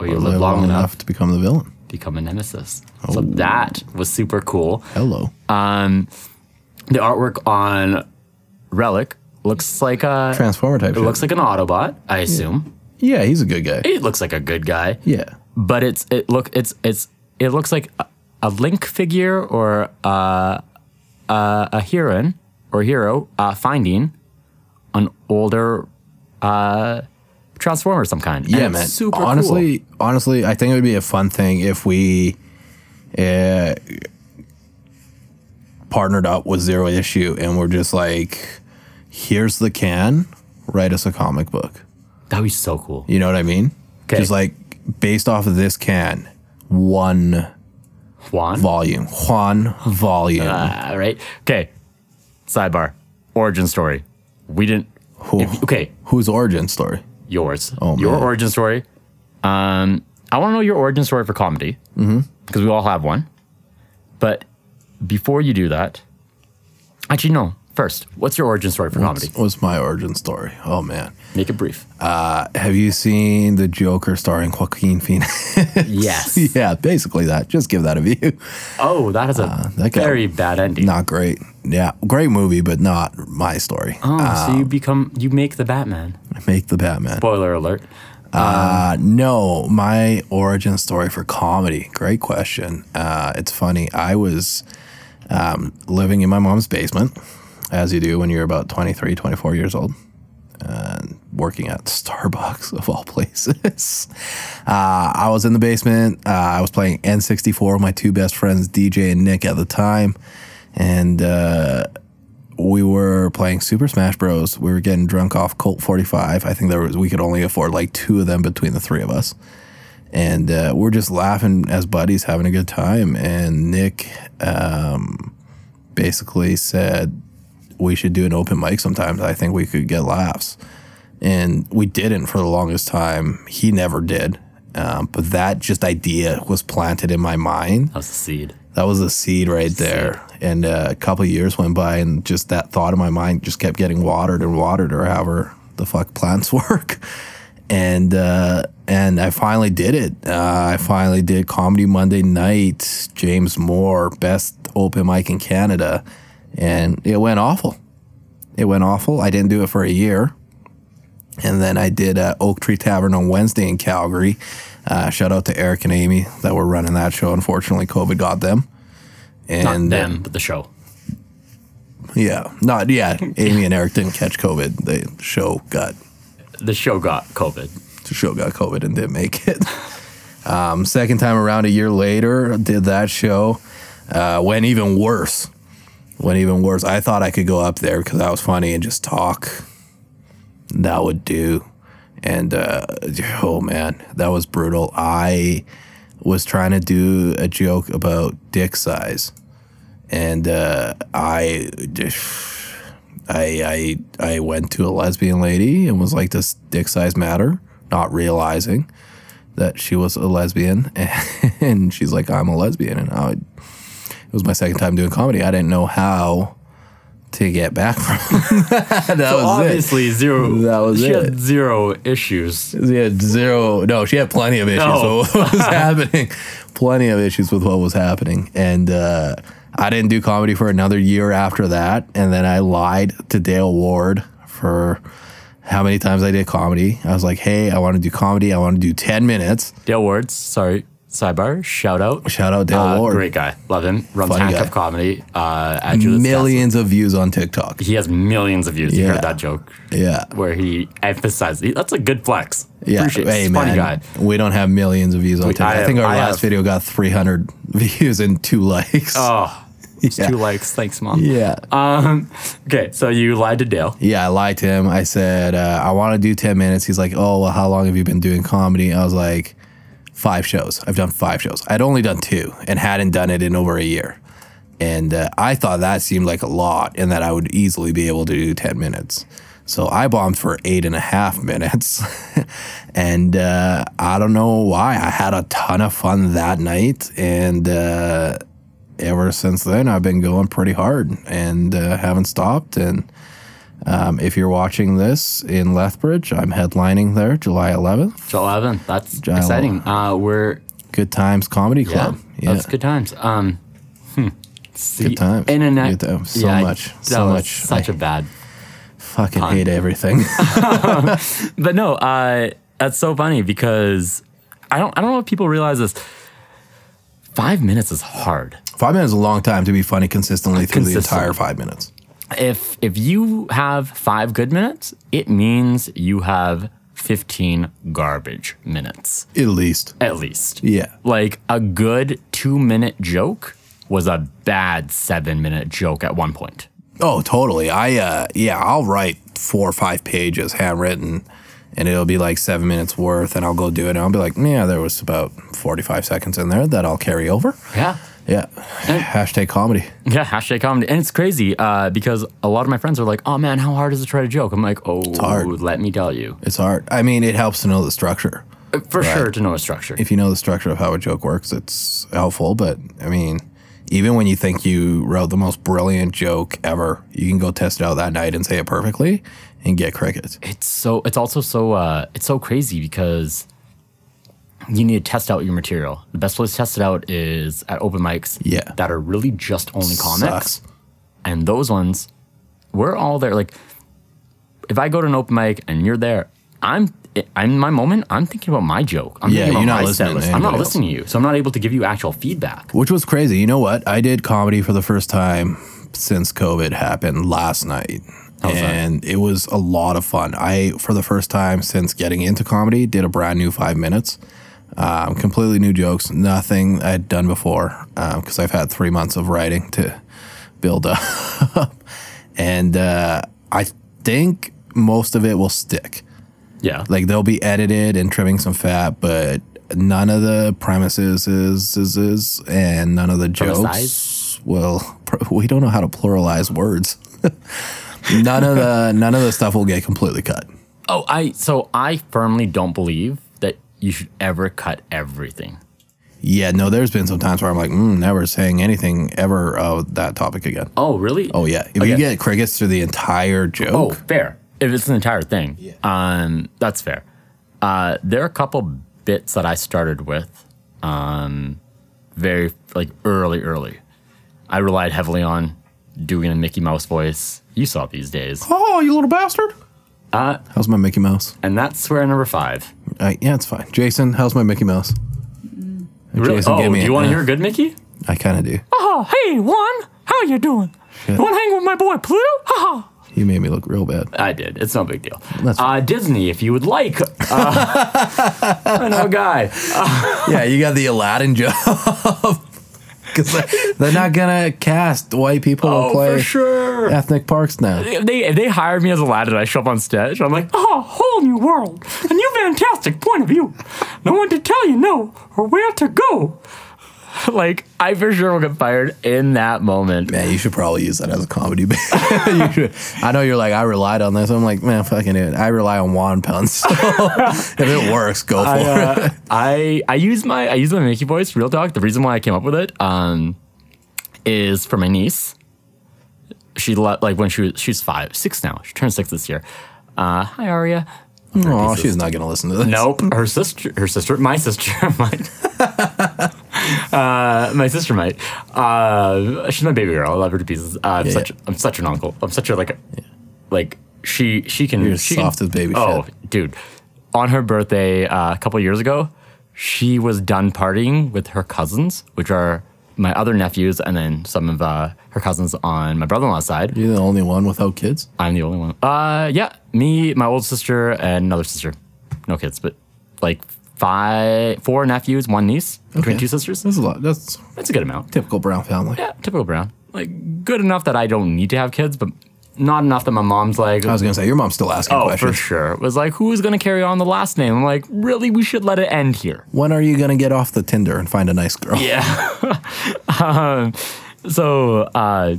Speaker 3: or you live,
Speaker 1: Live
Speaker 3: long, enough,
Speaker 1: to become the villain.
Speaker 3: to become a nemesis. So that was super cool.
Speaker 1: Hello.
Speaker 3: Um, the artwork on Relic looks like a
Speaker 1: Transformer type.
Speaker 3: it
Speaker 1: shit.
Speaker 3: looks like an Autobot, I assume.
Speaker 1: yeah, he's a good guy.
Speaker 3: It looks like a good guy.
Speaker 1: Yeah,
Speaker 3: but it's it look it's it's it looks like a, a link figure or uh, uh, a heroine or hero uh, finding an older uh, transformer of some kind. And
Speaker 1: yeah,
Speaker 3: it's
Speaker 1: man.
Speaker 3: Super
Speaker 1: honestly, honestly, I think it would be a fun thing if we uh, partnered up with Zero Issue and we're just like, here's the can, write us a comic book.
Speaker 3: cool. that'd be so cool.
Speaker 1: You know what I mean?
Speaker 3: 'Kay.
Speaker 1: Just like based off of this can, one
Speaker 3: Juan,
Speaker 1: volume, one volume.
Speaker 3: uh, right? Okay. Sidebar, origin story. We didn't.
Speaker 1: Who,
Speaker 3: Okay,
Speaker 1: whose origin story?
Speaker 3: yours. Oh, your
Speaker 1: man.
Speaker 3: origin story. Um, I want to know your origin story for comedy
Speaker 1: Mm-hmm.
Speaker 3: because we all have one. But before you do that, actually, no. First, what's your origin story for comedy?
Speaker 1: What's my origin story? Oh man,
Speaker 3: Make it brief.
Speaker 1: have you seen the Joker starring Joaquin Phoenix?
Speaker 3: yes.
Speaker 1: yeah, basically that. Just give that a view.
Speaker 3: Oh, that is a
Speaker 1: Ah, that guy-
Speaker 3: very bad ending.
Speaker 1: Not great. Yeah, great movie, but not my story.
Speaker 3: Oh, so you become you make the Batman.
Speaker 1: Make the Batman.
Speaker 3: Spoiler alert.
Speaker 1: Uh, no, my origin story for comedy. Great question. Uh, it's funny. I was um, living in my mom's basement, as you do when you're about 23, 24 years old, and working at Starbucks of all places. uh, I was in the basement. Uh, I was playing N64 with my two best friends, DJ and Nick, at the time. And uh, we were playing Super Smash Bros. We were getting drunk off Colt 45. I think there was we could only afford like two of them between the three of us, and uh, we're just laughing as buddies, having a good time. And Nick, um, basically said we should do an open mic sometimes. I think we could get laughs. And we didn't for the longest time. He never did. Um, but that just idea was planted in my mind.
Speaker 3: That was the seed.
Speaker 1: That was a seed right there. And uh, a couple of years went by, and just that thought in my mind just kept getting watered and watered, or however the fuck plants work. And uh, and I finally did it. Uh, I finally did comedy Monday night. James Moore, best open mic in Canada, and it went awful. It went awful. I didn't do it for a year. And then I did uh, Oak Tree Tavern on Wednesday in Calgary. Uh, shout out to Eric and Amy that were running that show. Unfortunately, COVID got them.
Speaker 3: Not
Speaker 1: And uh,
Speaker 3: them, but the show.
Speaker 1: yeah, not yeah. Amy and Eric didn't catch COVID. The show got
Speaker 3: The show got COVID.
Speaker 1: the show got COVID and didn't make it. Um, second time around, a year later, did that show. Uh, went even worse. Went even worse. I thought I could go up there because that was funny and just talk. That would do. And uh, oh man, that was brutal. I was trying to do a joke about dick size, and uh, I I, I I went to a lesbian lady and was like, "Does dick size matter?" Not realizing that she was a lesbian, and she's like, "I'm a lesbian," and I, it was my second time doing comedy. I didn't know how to get back from that. that was it.
Speaker 3: Obviously, zero.
Speaker 1: That was
Speaker 3: she
Speaker 1: it.
Speaker 3: had zero issues.
Speaker 1: She had zero. No, she had plenty of issues
Speaker 3: No.
Speaker 1: with what was happening. Plenty of issues with what was happening. And uh, I didn't do comedy for another year after that. And then I lied to Dale Ward for how many times I did comedy. I was like, hey, I want to do comedy. I want to do 10 minutes.
Speaker 3: Dale Wards, sorry, sidebar, shout out.
Speaker 1: Shout out Dale
Speaker 3: Uh,
Speaker 1: Ward.
Speaker 3: great guy. Love him. Runs
Speaker 1: Funny
Speaker 3: handcuff
Speaker 1: guy.
Speaker 3: comedy. Uh, at Julius
Speaker 1: Millions of views on TikTok.
Speaker 3: He has millions of views. You
Speaker 1: Yeah.
Speaker 3: heard that joke
Speaker 1: Yeah.
Speaker 3: where he emphasized that's a good flex.
Speaker 1: Yeah.
Speaker 3: Appreciate it.
Speaker 1: Hey, man.
Speaker 3: Funny guy.
Speaker 1: We don't have millions of views on TikTok. I,
Speaker 3: I-
Speaker 1: think our
Speaker 3: I
Speaker 1: last
Speaker 3: have-
Speaker 1: video got 300 views and two likes.
Speaker 3: Oh, it's
Speaker 1: Yeah.
Speaker 3: two likes. Thanks, mom.
Speaker 1: yeah.
Speaker 3: Um, okay, so you lied to Dale.
Speaker 1: Yeah, I lied to him. I said, uh, I want to do 10 minutes. He's like, Oh, well, how long have you been doing comedy? I was like, Five shows. I've done five shows. I'd only done two and hadn't done it in over a year. And uh, I thought that seemed like a lot and that I would easily be able to do 10 minutes. So I bombed for eight and a half minutes. and uh, I don't know why. I had a ton of fun that night. And uh, ever since then, I've been going pretty hard and uh, haven't stopped. And um, if you're watching this in Lethbridge, I'm headlining there July 11th.
Speaker 3: July 11th. That's
Speaker 1: July
Speaker 3: exciting. Uh, we're
Speaker 1: Good Times Comedy
Speaker 3: yeah,
Speaker 1: Club.
Speaker 3: that's good times. Um, hmm.
Speaker 1: Good times.
Speaker 3: Internet.
Speaker 1: Good times. So
Speaker 3: I-
Speaker 1: much.
Speaker 3: that
Speaker 1: So
Speaker 3: was
Speaker 1: much.
Speaker 3: Such a bad.
Speaker 1: Fucking hate everything.
Speaker 3: But no, uh, that's so funny because I don't. I don't know if people realize this. Five minutes is hard.
Speaker 1: five minutes is a long time to be funny consistently through
Speaker 3: Consistent.
Speaker 1: the entire five minutes.
Speaker 3: if if you have five good minutes, it means you have fifteen garbage minutes
Speaker 1: At least.
Speaker 3: at least.
Speaker 1: Yeah.
Speaker 3: Like a good two minute joke was a bad seven minute joke at one point.
Speaker 1: Oh, totally. I, uh, yeah, I'll write four or five pages handwritten and it'll be like seven minutes worth and I'll go do it and I'll be like, yeah, there was about 45 seconds in there that I'll carry over.
Speaker 3: Yeah.
Speaker 1: Yeah. Hashtag comedy.
Speaker 3: Yeah, hashtag comedy. And it's crazy uh, because a lot of my friends are like, oh man, how hard is it to try to joke? I'm like, oh,
Speaker 1: hard.
Speaker 3: let me tell you.
Speaker 1: It's hard. I mean, it helps to know the structure.
Speaker 3: For sure to know a structure.
Speaker 1: if you know the structure of how a joke works, it's helpful. But I mean, even when you think you wrote the most brilliant joke ever, you can go test it out that night and say it perfectly and get crickets.
Speaker 3: it's so it's also so uh it's so crazy because you need to test out your material. The best place to test it out is at open mics
Speaker 1: Yeah.
Speaker 3: that are really just only comics.
Speaker 1: Sucks.
Speaker 3: And those ones, we're all there. Like if I go to an open mic and you're there, I'm I'm in my moment, I'm thinking about my joke. I'm
Speaker 1: Yeah,
Speaker 3: thinking about
Speaker 1: you're not
Speaker 3: my
Speaker 1: listening
Speaker 3: set
Speaker 1: to
Speaker 3: list. I'm not
Speaker 1: anybody else.
Speaker 3: listening to you. So I'm not able to give you actual feedback.
Speaker 1: Which was crazy. You know what? I did comedy for the first time since COVID happened last night.
Speaker 3: was that?
Speaker 1: and it was a lot of fun. I, for the first time since getting into comedy, did a brand new five minutes. Um, completely new jokes, nothing I'd done before because I've had three months of writing to build up. and uh, I think most of it will stick
Speaker 3: Yeah.
Speaker 1: like they'll be edited and trimming some fat, but none of the premises is, is, is and none of the
Speaker 3: Premise
Speaker 1: jokes will pr- we don't know how to pluralize words. none of the none of the stuff will get completely cut.
Speaker 3: Oh, I so I firmly don't believe that you should ever cut everything.
Speaker 1: Yeah, no, there's been some times where I'm like, mm, never saying anything ever of that topic again.
Speaker 3: Oh, really?
Speaker 1: Oh yeah, if you get crickets through the entire joke,
Speaker 3: Oh, fair. If it's an entire thing, um, that's fair. Uh, there are a couple bits that I started with, um, very like early, early. I relied heavily on doing a Mickey Mouse voice. You saw these days,
Speaker 1: oh, you little bastard. Uh, how's my Mickey Mouse?
Speaker 3: and that's swear number five.
Speaker 1: Uh, yeah, it's fine. Jason, how's my Mickey Mouse?
Speaker 3: Really?
Speaker 1: Jason,
Speaker 3: oh,
Speaker 1: give me
Speaker 3: do
Speaker 1: it.
Speaker 3: you want to
Speaker 1: Yeah.
Speaker 3: hear a good Mickey?
Speaker 1: I kind of do.
Speaker 3: Oh, hey, Juan, how you doing? You want to hang with my boy Pluto? Haha.
Speaker 1: You made me look real bad.
Speaker 3: I did. It's no big deal.
Speaker 1: That's
Speaker 3: uh, Disney, if you would like, uh, I know a guy.
Speaker 1: yeah, you got the Aladdin job. Because they're not gonna cast white people to
Speaker 3: Oh,
Speaker 1: play
Speaker 3: for sure.
Speaker 1: ethnic parks now.
Speaker 3: if they if they hired me as Aladdin, I show up on stage. I'm like, oh, whole new world, a new fantastic point of view. No one to tell you no or where to go. Like, I for sure will get fired in that moment.
Speaker 1: Man, you should probably use that as a comedy bit. you should. I know you're like, I relied on this. I'm like, man, fucking it. I rely on Juan puns. So if it works, go for
Speaker 3: I,
Speaker 1: it.
Speaker 3: uh, I I use my I use my Mickey voice, real talk. The reason why I came up with it um, is for my niece. She le- like when she was she's five, six now. She turned six this year. Uh, hi, Aria.
Speaker 1: Oh, she's not gonna listen to this.
Speaker 3: uh, Nope. Her sister, her sister, my sister might. uh, my sister might. Uh, she's my baby girl. I love her to pieces. Uh, I'm
Speaker 1: Yeah.
Speaker 3: such, I'm such an uncle. I'm such a like, a- like she, she can.
Speaker 1: You're
Speaker 3: she
Speaker 1: soft
Speaker 3: can,
Speaker 1: as baby
Speaker 3: Oh,
Speaker 1: shit.
Speaker 3: dude, on her birthday uh, a couple years ago, she was done partying with her cousins, which are my other nephews, and then some of uh, her cousins on my brother-in-law's side.
Speaker 1: You're the only one without kids.
Speaker 3: I'm the only one. Uh, yeah, me, my old sister, and another sister. No kids, but like five, four nephews, one niece between
Speaker 1: Okay.
Speaker 3: two sisters.
Speaker 1: That's a lot. That's
Speaker 3: That's a good amount.
Speaker 1: typical brown family.
Speaker 3: Yeah, typical Brown. Like good enough that I don't need to have kids, but not enough that my mom's like,
Speaker 1: I was gonna say your mom's still asking
Speaker 3: oh, for
Speaker 1: questions.
Speaker 3: sure. Was like, who's gonna carry on the last name? I'm like, really, we should let it end here.
Speaker 1: When are you gonna get off the Tinder and find a nice girl?
Speaker 3: Yeah. um, so uh,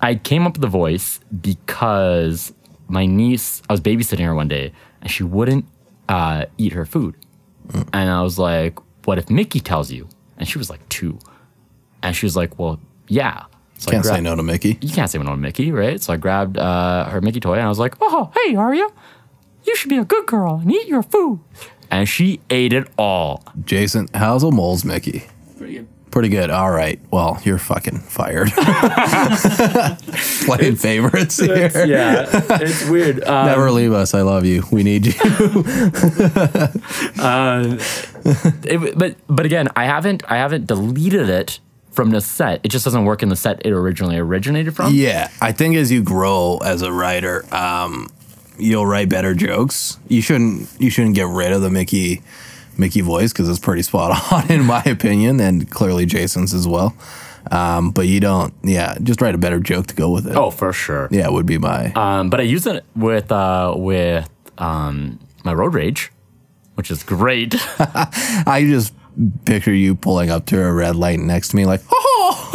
Speaker 3: I came up with the voice because my niece, I was babysitting her one day and she wouldn't uh, eat her food. And I was like, what if Mickey tells you? And she was like, two. And she was like, well, yeah. So I
Speaker 1: Can't say
Speaker 3: grabbed-
Speaker 1: no to Mickey.
Speaker 3: You can't say no to Mickey, right? So I grabbed uh, her Mickey toy and I was like, oh, hey, Arya, you should be a good girl and eat your food. And she ate it all.
Speaker 1: Jason, how's a mole's Mickey? Pretty good. All right. Well, you're fucking fired. Playing favorites here.
Speaker 3: yeah, it's weird. Uh,
Speaker 1: Never leave us. I love you. We need you.
Speaker 3: it- but but again, I haven't I haven't deleted it from the set. It just doesn't work in the set it originally originated from.
Speaker 1: yeah. I think as you grow as a writer, um, you'll write better jokes. You shouldn't you shouldn't get rid of the Mickey Mickey voice because it's pretty spot on in my opinion, and clearly Jason's as well. Um, but you don't yeah, just write a better joke to go with it.
Speaker 3: Oh, for sure.
Speaker 1: Yeah, would be my
Speaker 3: Um, but I use it with uh, with um, my road rage, which is great.
Speaker 1: I just picture you pulling up to a red light next to me, like, oh,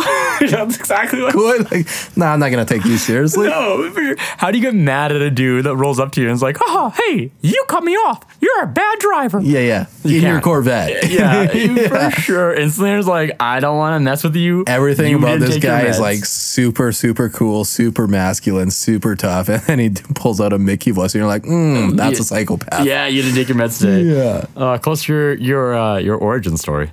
Speaker 3: That's exactly what.
Speaker 1: good. Like, nah, I'm not gonna take you seriously.
Speaker 3: No, for sure. how do you get mad at a dude that rolls up to you and is like, "Oh, hey, you cut me off. You're a bad driver."
Speaker 1: Yeah, yeah. In your
Speaker 3: can't.
Speaker 1: Corvette.
Speaker 3: Yeah, you for sure. Instantly, is like, "I don't want to mess with you."
Speaker 1: Everything
Speaker 3: You
Speaker 1: about
Speaker 3: didn't
Speaker 1: this
Speaker 3: take your
Speaker 1: guy is
Speaker 3: meds."
Speaker 1: like super, super cool, super masculine, super tough, and then he pulls out a Mickey voice, and you're like, mm, that's a psychopath.
Speaker 3: Yeah, you didn't take your meds today.
Speaker 1: Yeah.
Speaker 3: Uh, close to your your uh, your origin story.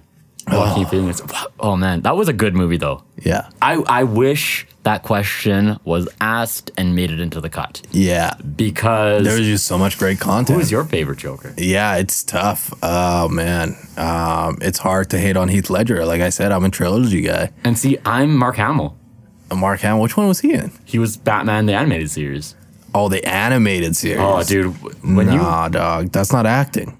Speaker 3: Joaquin Phoenix. Oh man, that was a good movie though.
Speaker 1: yeah,
Speaker 3: I I wish that question was asked and made it into the cut
Speaker 1: yeah.
Speaker 3: because
Speaker 1: There was just so much great content.
Speaker 3: who's your favorite Joker?
Speaker 1: Yeah, it's tough. Oh man, um, it's hard to hate on Heath Ledger. Like I said, I'm a trilogy guy.
Speaker 3: And see, I'm Mark Hamill.
Speaker 1: Mark Hamill. Which one was he in?
Speaker 3: He was Batman the animated series.
Speaker 1: Oh, the animated series.
Speaker 3: Oh, dude, when
Speaker 1: nah, dog, that's not acting.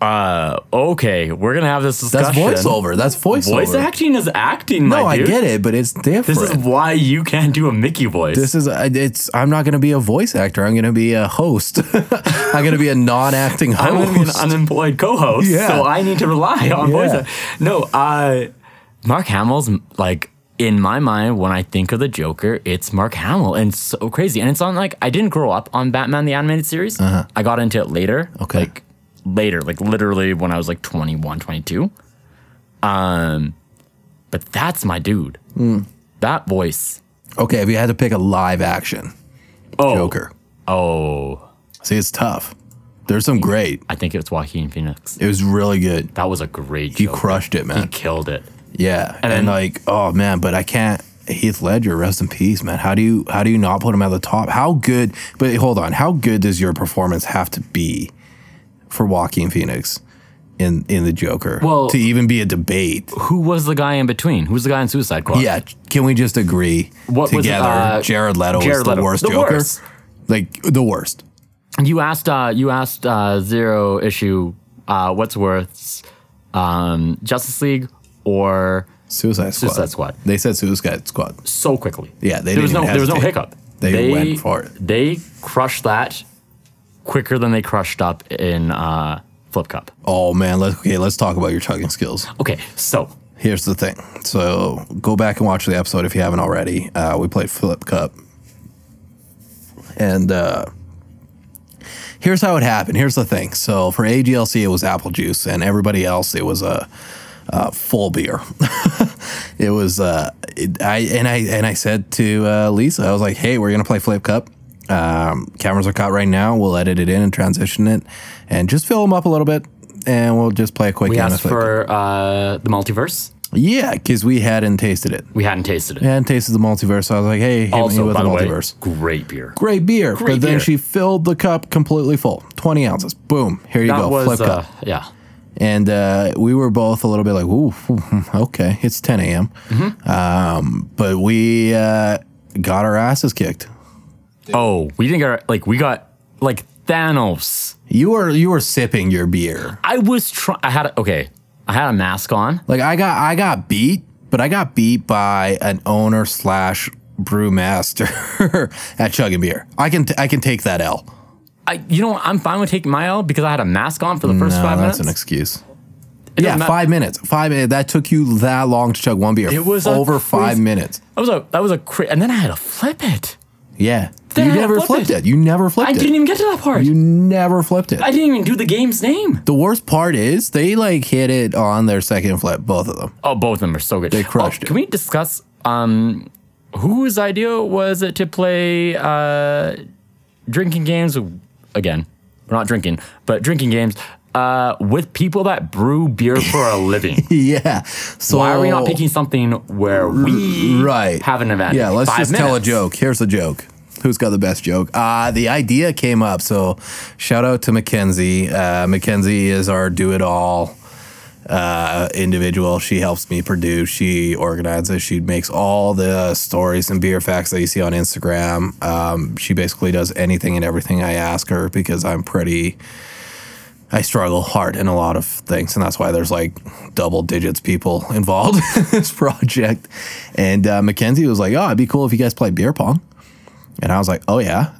Speaker 3: you okay, we're gonna have this
Speaker 1: That's
Speaker 3: discussion.
Speaker 1: voiceover. That's voiceover.
Speaker 3: Voice acting is acting,
Speaker 1: No,
Speaker 3: my
Speaker 1: I
Speaker 3: dude.
Speaker 1: get it, but it's different.
Speaker 3: This is why you can't do a Mickey voice.
Speaker 1: this is I- it's. I'm not going to be a voice actor. I'm going to be a host. I'm going to be a non-acting host.
Speaker 3: I'm going to be an unemployed co-host,
Speaker 1: Yeah.
Speaker 3: so I need to rely on voice
Speaker 1: Yeah.
Speaker 3: voice. No, uh, Mark Hamill's like in my mind, when I think of the Joker, it's Mark Hamill, and it's so crazy. And it's on like I didn't grow up on Batman the animated series. I got into it later.
Speaker 1: Uh-huh. Okay.
Speaker 3: Like later, like literally when I was like 21, 22. Um, but that's my dude.
Speaker 1: Hmm.
Speaker 3: That voice.
Speaker 1: Okay, if you had to pick a live action
Speaker 3: Oh,
Speaker 1: Joker,
Speaker 3: Oh,
Speaker 1: see, it's tough. There's some great.
Speaker 3: I think it was Joaquin Phoenix.
Speaker 1: It was really good.
Speaker 3: That was a great.
Speaker 1: He
Speaker 3: Joker.
Speaker 1: crushed it,
Speaker 3: He
Speaker 1: man.
Speaker 3: killed it.
Speaker 1: Yeah, and, like, oh man, but I can't. Heath Ledger, rest in peace, man. How do you how do you not put him at the top? How good? But hold on, how good does your performance have to be for Joaquin Phoenix in in the Joker
Speaker 3: Well-
Speaker 1: to even be a debate?
Speaker 3: Who was the guy in between? Who's the guy in Suicide Squad?
Speaker 1: Yeah, can we just agree
Speaker 3: What was it,
Speaker 1: together?
Speaker 3: uh,
Speaker 1: Jared Leto
Speaker 3: Jared
Speaker 1: is the
Speaker 3: Leto.
Speaker 1: worst
Speaker 3: The
Speaker 1: Joker,
Speaker 3: worst.
Speaker 1: like the worst.
Speaker 3: You asked. Uh, you asked uh, zero issue. Uh, what's worth? Um, Justice League or
Speaker 1: Suicide Squad.
Speaker 3: Suicide Squad.
Speaker 1: They said Suicide Squad.
Speaker 3: so quickly.
Speaker 1: Yeah, they
Speaker 3: there was
Speaker 1: didn't
Speaker 3: no
Speaker 1: even
Speaker 3: there was no
Speaker 1: hesitate.
Speaker 3: hiccup.
Speaker 1: They went for it.
Speaker 3: They crushed that quicker than they crushed up in uh, Flip Cup.
Speaker 1: Oh man, let's okay, let's talk about your chugging skills.
Speaker 3: Okay, so
Speaker 1: Here's the thing. So go back and watch the episode if you haven't already. Uh, we played Flip Cup, and uh, here's how it happened. Here's the thing. So for AGLC, it was apple juice, and everybody else, it was a, a full beer. it was uh, it, I and I and I said to uh, Lisa, I was like, "Hey, we're gonna play Flip Cup. Um, cameras are caught right now. We'll edit it in and transition it, and just fill them up a little bit." And we'll just play a quick
Speaker 3: we
Speaker 1: game of
Speaker 3: asked
Speaker 1: Flip Cup.
Speaker 3: for uh, the multiverse.
Speaker 1: Yeah, because we hadn't tasted it.
Speaker 3: We hadn't tasted it.
Speaker 1: We hadn't tasted the multiverse. So I was like, hey, hit me
Speaker 3: also,
Speaker 1: with
Speaker 3: by
Speaker 1: the
Speaker 3: the way,
Speaker 1: multiverse.
Speaker 3: great beer.
Speaker 1: Great beer.
Speaker 3: Great
Speaker 1: but then
Speaker 3: beer.
Speaker 1: she filled the cup completely full 20 ounces. Boom. Here you
Speaker 3: That
Speaker 1: go.
Speaker 3: was
Speaker 1: Flip
Speaker 3: uh,
Speaker 1: cup.
Speaker 3: yeah.
Speaker 1: And uh, we were both a little bit like, ooh, okay, it's 10 a.m.
Speaker 3: Mm-hmm.
Speaker 1: Um, but we uh, got our asses kicked.
Speaker 3: Oh, we didn't get our, like we got like Thanos.
Speaker 1: You were you were sipping your beer.
Speaker 3: I was trying. I had a, okay. I had a mask on.
Speaker 1: Like I got I got beat, but I got beat by an owner slash brewmaster at chugging beer. I can t- I can take that L.
Speaker 3: I, you know, what? I'm fine with taking my L because I had a mask on for the first
Speaker 1: No,
Speaker 3: five
Speaker 1: that's
Speaker 3: minutes.
Speaker 1: an excuse. Yeah,
Speaker 3: It doesn't matter.
Speaker 1: five minutes. Five minutes. That took you that long to chug one beer. It
Speaker 3: was a
Speaker 1: over five
Speaker 3: crazy-
Speaker 1: minutes.
Speaker 3: That was a that was a cra- and then I had to flip it.
Speaker 1: Yeah.
Speaker 3: Then
Speaker 1: you
Speaker 3: I
Speaker 1: never
Speaker 3: flipped
Speaker 1: flipped it.
Speaker 3: it.
Speaker 1: You never flipped
Speaker 3: I
Speaker 1: it.
Speaker 3: didn't even get to that part.
Speaker 1: you never flipped it.
Speaker 3: I didn't even do the game's name.
Speaker 1: the worst part is they like hit it on their second flip, both of them.
Speaker 3: Oh, both of them are so good. They
Speaker 1: crushed
Speaker 3: Can we discuss um whose idea was it to play uh drinking games again? We're not drinking, but drinking games uh with people that brew beer for a living.
Speaker 1: Yeah. So
Speaker 3: Why are we not picking something where we
Speaker 1: Oh. right.
Speaker 3: have an advantage?
Speaker 1: Yeah, let's
Speaker 3: Five
Speaker 1: just tell a
Speaker 3: minutes.
Speaker 1: joke. Here's the joke. Who's got the best joke? Uh, the idea came up. So shout out to Mackenzie. Uh, Mackenzie is our do it all uh, individual. She helps me produce. She organizes. She makes all the stories and beer facts that you see on Instagram. Um, she basically does anything and everything I ask her because I'm pretty. I struggle hard in a lot of things, and that's why there's like double digits people involved in this project. And uh, Mackenzie was like, "Oh, it'd be cool if you guys play beer pong," and I was like, "Oh yeah."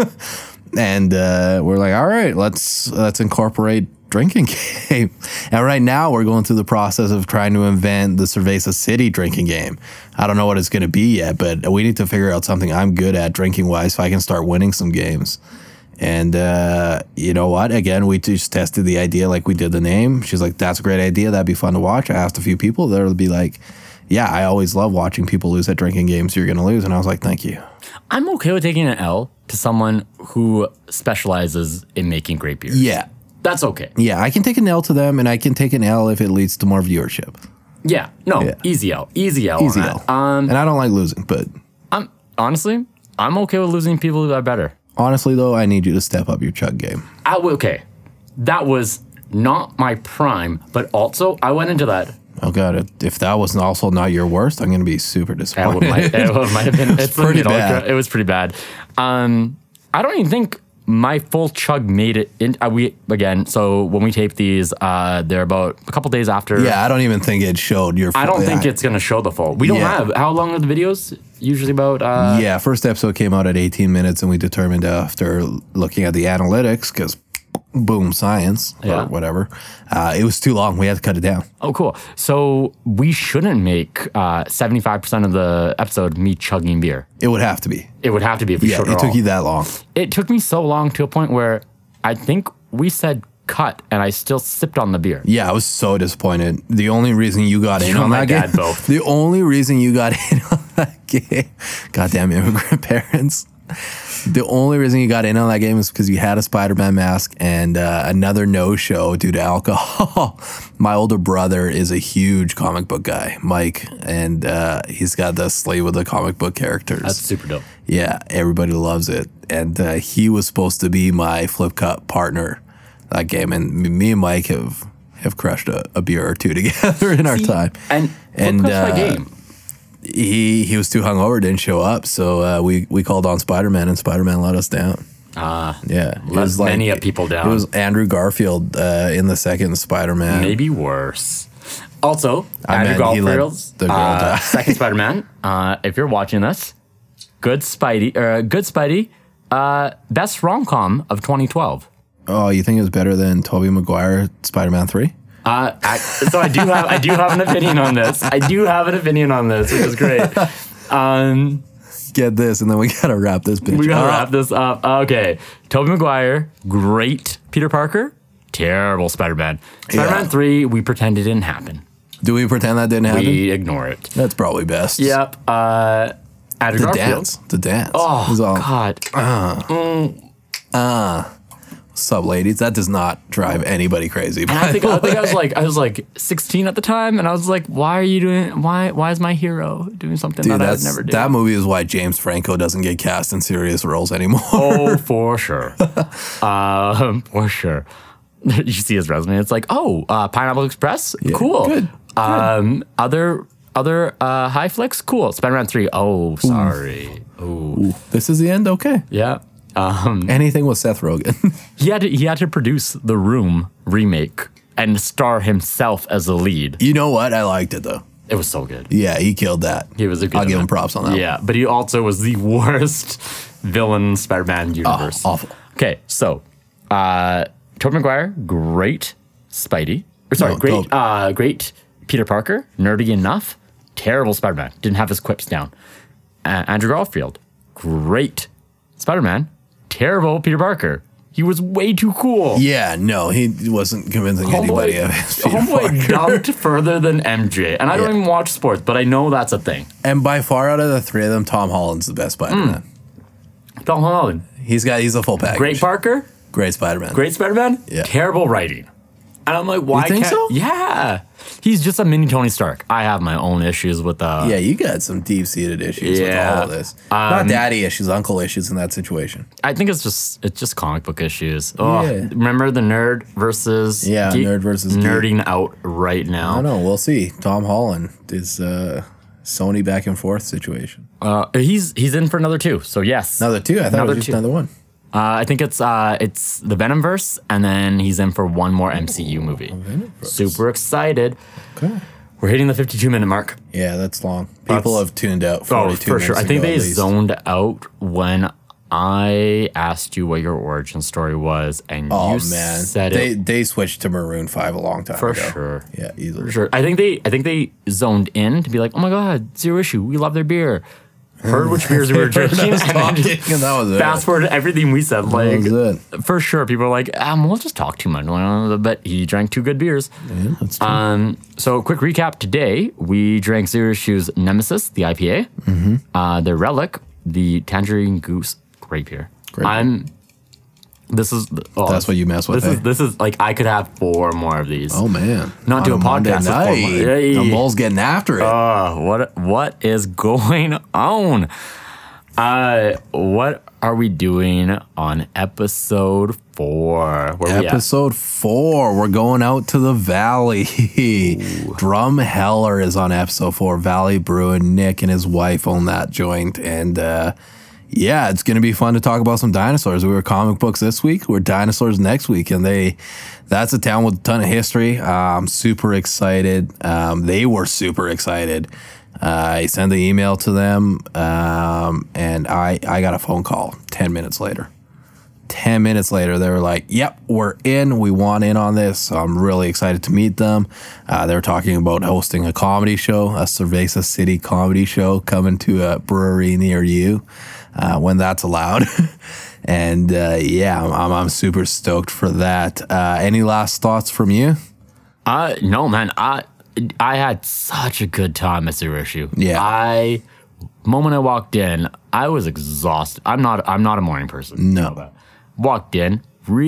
Speaker 1: and uh, we're like, "All right, let's let's incorporate drinking game." and right now, we're going through the process of trying to invent the Cerveza City drinking game. I don't know what it's going to be yet, but we need to figure out something I'm good at drinking wise, so I can start winning some games. And uh, you know what? Again, we just tested the idea like we did the name. She's like, that's a great idea. That'd be fun to watch. I asked a few people. They'll be like, yeah, I always love watching people lose at drinking games. You're going to lose. And I was like, thank you.
Speaker 3: I'm okay with taking an L to someone who specializes in making great beer.
Speaker 1: Yeah.
Speaker 3: That's okay.
Speaker 1: Yeah. I can take an L to them and I can take an L if it leads to more viewership.
Speaker 3: Yeah. No,
Speaker 1: Yeah.
Speaker 3: easy L. Easy L.
Speaker 1: Easy
Speaker 3: on
Speaker 1: L.
Speaker 3: that. Um,
Speaker 1: and I don't like losing, but
Speaker 3: I'm honestly, I'm okay with losing people who are better.
Speaker 1: honestly, though, I need you to step up your chug game.
Speaker 3: I w- okay. That was not my prime, but also I went into that.
Speaker 1: Oh, God. if- If that was also not your worst, I'm going to be super
Speaker 3: That
Speaker 1: disappointed.
Speaker 3: would might, it would- might have been it's
Speaker 1: pretty
Speaker 3: you know,
Speaker 1: bad.
Speaker 3: It was pretty bad. Um, I don't even think my full chug made it in. Uh, we again. So when we tape these, uh, they're about a couple days after.
Speaker 1: yeah. I don't even think it showed your.
Speaker 3: I don't think it's gonna show the full. We don't
Speaker 1: Yeah.
Speaker 3: have how long are the videos? Usually about uh,
Speaker 1: Yeah, first episode came out at 18 minutes, and we determined after looking at the analytics, because boom science
Speaker 3: Yeah.
Speaker 1: or whatever. Uh, it was too long. We had to cut it down.
Speaker 3: Oh, cool. So we shouldn't make uh, 75% of the episode me chugging beer.
Speaker 1: It would have to be.
Speaker 3: It would have to be if we
Speaker 1: Yeah,
Speaker 3: showed it,
Speaker 1: it took you that long.
Speaker 3: it took me so long to a point where I think we said cut and I still sipped on the beer.
Speaker 1: Yeah, I was so disappointed. The only reason you got in
Speaker 3: You
Speaker 1: on
Speaker 3: and my
Speaker 1: that
Speaker 3: dad
Speaker 1: game,
Speaker 3: both.
Speaker 1: the only reason you got in on that game, goddamn immigrant parents. The only reason you got in on that game is because you had a Spider-Man mask and uh, another no-show due to alcohol. my older brother is a huge comic book guy, Mike, and uh, he's got the sleeve with the comic book characters.
Speaker 3: super dope.
Speaker 1: Yeah, everybody loves it. And uh, he was supposed to be my flip cup partner that game, and m- me and Mike have have crushed a, a beer or two together in our time.
Speaker 3: And
Speaker 1: And,
Speaker 3: and uh,
Speaker 1: uh,
Speaker 3: game.
Speaker 1: He he was too hungover, didn't show up, so uh, we we called on Spider Man, and Spider Man let us down. Ah, yeah, it
Speaker 3: let many a people down.
Speaker 1: It was Andrew Garfield uh, in the second Spider Man.
Speaker 3: maybe worse. Also,
Speaker 1: I
Speaker 3: Andrew
Speaker 1: meant he let
Speaker 3: Garfield's
Speaker 1: the girl
Speaker 3: uh,
Speaker 1: die.
Speaker 3: second Spider-Man. Uh, if you're watching this, good Spidey, uh, good Spidey, uh, best rom-com of 2012.
Speaker 1: Oh, you think it was better than Tobey Maguire Spider Man three?
Speaker 3: Uh, I, so I do have I do have an opinion on this. I do have an opinion on this, which is great. Um,
Speaker 1: Get this, and then we gotta wrap this bitch.
Speaker 3: we gotta
Speaker 1: up.
Speaker 3: wrap this up. Uh, Okay, Tobey Maguire, great Peter Parker, terrible Spider-Man. Spider-Man
Speaker 1: Yeah.
Speaker 3: three, we pretend it didn't happen.
Speaker 1: Do we pretend that didn't happen?
Speaker 3: We ignore it.
Speaker 1: That's probably best.
Speaker 3: Yep. Uh, Andrew
Speaker 1: The
Speaker 3: Garfield.
Speaker 1: dance. The dance.
Speaker 3: Oh
Speaker 1: It's all,
Speaker 3: God!
Speaker 1: sub ladies. That does not drive anybody crazy.
Speaker 3: And I think
Speaker 1: by
Speaker 3: I
Speaker 1: the
Speaker 3: think I was
Speaker 1: way.
Speaker 3: like I was like 16 at the time, and I was like, why are you doing? Why why is my hero doing something
Speaker 1: Dude,
Speaker 3: that I would
Speaker 1: that's,
Speaker 3: never do?
Speaker 1: that movie is why James Franco doesn't get cast in serious roles anymore.
Speaker 3: oh, for sure, um, for sure. you see his resume. It's like, oh, uh, Pineapple Express, cool.
Speaker 1: good,
Speaker 3: Um, other other uh, high flicks, cool. Spider Man three. Oh, sorry.
Speaker 1: This is the end. Okay.
Speaker 3: Yeah. Um,
Speaker 1: Anything with Seth Rogen.
Speaker 3: he had to, he had to produce the Room remake and star himself as the lead.
Speaker 1: you know what? I liked it though.
Speaker 3: It was so good.
Speaker 1: Yeah, he killed that.
Speaker 3: He was a good
Speaker 1: I'll give
Speaker 3: man.
Speaker 1: him props on that.
Speaker 3: Yeah, but he also was the worst villain Spider-Man universe.
Speaker 1: awful.
Speaker 3: Okay, so uh Tobey Maguire, great Spidey. Or sorry,
Speaker 1: No,
Speaker 3: great
Speaker 1: Tobey.
Speaker 3: uh great Peter Parker, nerdy enough, terrible Spider-Man, didn't have his quips down. Uh, Andrew Garfield, great Spider-Man, terrible Peter Parker. He was way too cool.
Speaker 1: Yeah, no, he wasn't convincing anybody of his Peter
Speaker 3: homeboy
Speaker 1: Parker.
Speaker 3: dumped further than MJ, and I don't
Speaker 1: Yeah.
Speaker 3: even watch sports, but I know that's a thing.
Speaker 1: And by far out of the three of them, Tom Holland's the best Spider-Man.
Speaker 3: Tom Holland,
Speaker 1: He's got he's a full package.
Speaker 3: Hmm. great Parker,
Speaker 1: Great Spider-Man.
Speaker 3: Great Spider Man?
Speaker 1: Yeah.
Speaker 3: Terrible writing. And I'm like, why
Speaker 1: think
Speaker 3: can't
Speaker 1: so?
Speaker 3: Yeah. He's just a mini Tony Stark. I have my own issues with uh
Speaker 1: Yeah, you got some deep seated issues with
Speaker 3: Yeah.
Speaker 1: all of this. Not daddy issues, uncle issues in that situation.
Speaker 3: I think it's just it's just comic book issues. Oh
Speaker 1: Yeah.
Speaker 3: remember the nerd versus
Speaker 1: Yeah, nerd versus geek.
Speaker 3: nerding out right
Speaker 1: I
Speaker 3: now.
Speaker 1: don't know. We'll see. Tom Holland is uh, Sony back and forth situation.
Speaker 3: Uh, he's he's in for another two. So yes.
Speaker 1: Another two. I thought
Speaker 3: Another
Speaker 1: it was just
Speaker 3: two.
Speaker 1: another one.
Speaker 3: Uh, I think it's uh, it's the Venomverse, and then he's in for one more MCU movie. Super excited.
Speaker 1: Oh, Okay.
Speaker 3: We're hitting the 52 minute mark.
Speaker 1: Yeah, that's long. People
Speaker 3: That's-
Speaker 1: have tuned out.
Speaker 3: Oh,
Speaker 1: 42
Speaker 3: for sure. I
Speaker 1: minutes
Speaker 3: think
Speaker 1: ago,
Speaker 3: they
Speaker 1: at least.
Speaker 3: zoned out when I asked you what your origin story was, and
Speaker 1: Oh
Speaker 3: you
Speaker 1: man,
Speaker 3: said
Speaker 1: they
Speaker 3: it
Speaker 1: they switched to Maroon Five a long time
Speaker 3: for
Speaker 1: ago.
Speaker 3: sure.
Speaker 1: Yeah,
Speaker 3: For
Speaker 1: easily.
Speaker 3: sure. I think they, I think they zoned in to be like, oh my god, zero issue. We love their beer. Heard which beers we were drinking. and then
Speaker 1: Talking,
Speaker 3: just
Speaker 1: and that was it.
Speaker 3: Fast forward to everything we said,
Speaker 1: that
Speaker 3: like
Speaker 1: was it.
Speaker 3: for sure, people are like, um, we'll just talk too much, but he drank two good beers.
Speaker 1: that's
Speaker 3: um, so quick recap today, we drank Zero Shoes Nemesis, the IPA,
Speaker 1: Mm-hmm.
Speaker 3: uh, the Relic, the Tangerine Goose Grape Beer.
Speaker 1: Grape beer.
Speaker 3: I'm. This is oh,
Speaker 1: That's what you mess with.
Speaker 3: This is
Speaker 1: eh?
Speaker 3: this is like I could have four more of these.
Speaker 1: oh man,
Speaker 3: Not
Speaker 1: On
Speaker 3: do a
Speaker 1: Monday
Speaker 3: podcast with four
Speaker 1: Night,
Speaker 3: months. Yay.
Speaker 1: The Mole's getting after it.
Speaker 3: Uh, what what is going on? Uh, what are we doing on episode four? Where we at?
Speaker 1: Episode four, we're going out to the valley. Drum Heller is on episode four. Valley Bruin, Nick and his wife own that joint, and uh, yeah, it's gonna be fun to talk about some dinosaurs. We were comic books this week, we're dinosaurs next week, and they that's a town with a ton of history. Uh, I'm super excited. Um, they were super excited. Uh, I sent the email to them, um, and I I got a phone call ten minutes later 10 minutes later, they were like, Yep, we're in. We want in on this. So I'm really excited to meet them. Uh, they were talking about hosting a comedy show, a Cerveza City comedy show coming to a brewery near you uh, when that's allowed. and uh, yeah, I'm, I'm, I'm super stoked for that. Uh, any last thoughts from you?
Speaker 3: Uh, no, man. I I had such a good time at Zurushu.
Speaker 1: Yeah.
Speaker 3: I moment I walked in, I was exhausted. I'm not. I'm not a morning person.
Speaker 1: No.
Speaker 3: You know that. Walked in,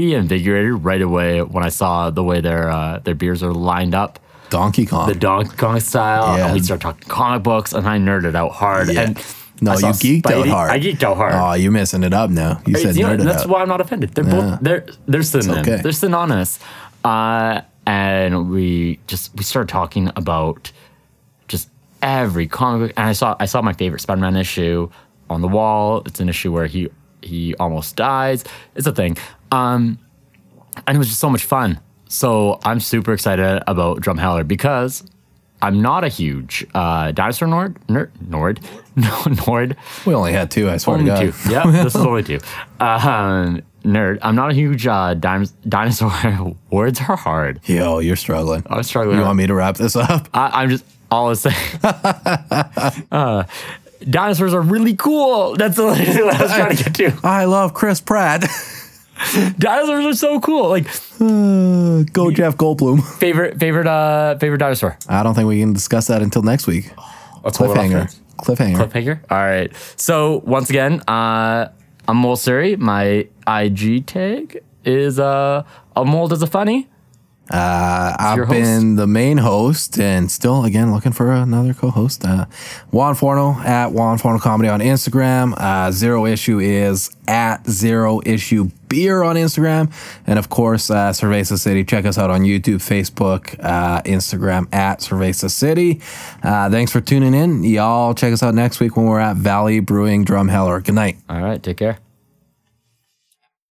Speaker 3: reinvigorated right away when I saw the way their uh, their beers are lined up,
Speaker 1: Donkey Kong.
Speaker 3: the Donkey Kong style.
Speaker 1: Yeah.
Speaker 3: And we started talking comic books, and I nerded out hard.
Speaker 1: Yeah.
Speaker 3: And
Speaker 1: no,
Speaker 3: I
Speaker 1: you
Speaker 3: saw
Speaker 1: geeked out
Speaker 3: Spidey-
Speaker 1: hard.
Speaker 3: I geeked out hard.
Speaker 1: Oh, you're missing it up now. You said
Speaker 3: It's- you know,
Speaker 1: nerded
Speaker 3: that's
Speaker 1: out.
Speaker 3: why I'm not offended. They're both they're they're synonyms.
Speaker 1: okay.
Speaker 3: They're synonymous. Uh, and we just we started talking about just every comic book. And I saw I saw my favorite Spider-Man issue on the wall. It's an issue where he he almost dies. It's a thing. Um, and it was just so much fun. So I'm super excited about Drumheller because I'm not a huge uh, dinosaur nord, nerd, nord, no, nord
Speaker 1: we only had two, I swear
Speaker 3: only
Speaker 1: to God.
Speaker 3: two. Yep, this is only two. Um, nerd. I'm not a huge uh, dimes, dinosaur. Words are hard.
Speaker 1: Yo, you're struggling.
Speaker 3: I'm struggling.
Speaker 1: You want me to wrap this up?
Speaker 3: I, I'm just all I'm saying. uh, dinosaurs are really cool. That's what I was trying to get to.
Speaker 1: I love Chris Pratt.
Speaker 3: Dinosaurs are so cool. Like
Speaker 1: Uh, go Jeff Goldblum.
Speaker 3: favorite favorite uh favorite dinosaur.
Speaker 1: I don't think we can discuss that until next week. Cliffhanger. Cliffhanger.
Speaker 3: Cliffhanger. All right. So once again, uh, I'm Mole Suri. My IG tag is uh, a mold is a funny.
Speaker 1: I've
Speaker 3: your host?
Speaker 1: been the main host and still, again, looking for another co host. Uh, Juan Forno at Juan Forno Comedy on Instagram. Uh, Zero Issue is at Zero Issue Beer on Instagram. And of course, uh, Cerveza City. Check us out on YouTube, Facebook, uh, Instagram at Cerveza City. Uh, thanks for tuning in. Y'all check us out next week when we're at Valley Brewing Drumheller. Good night.
Speaker 3: All right. Take care.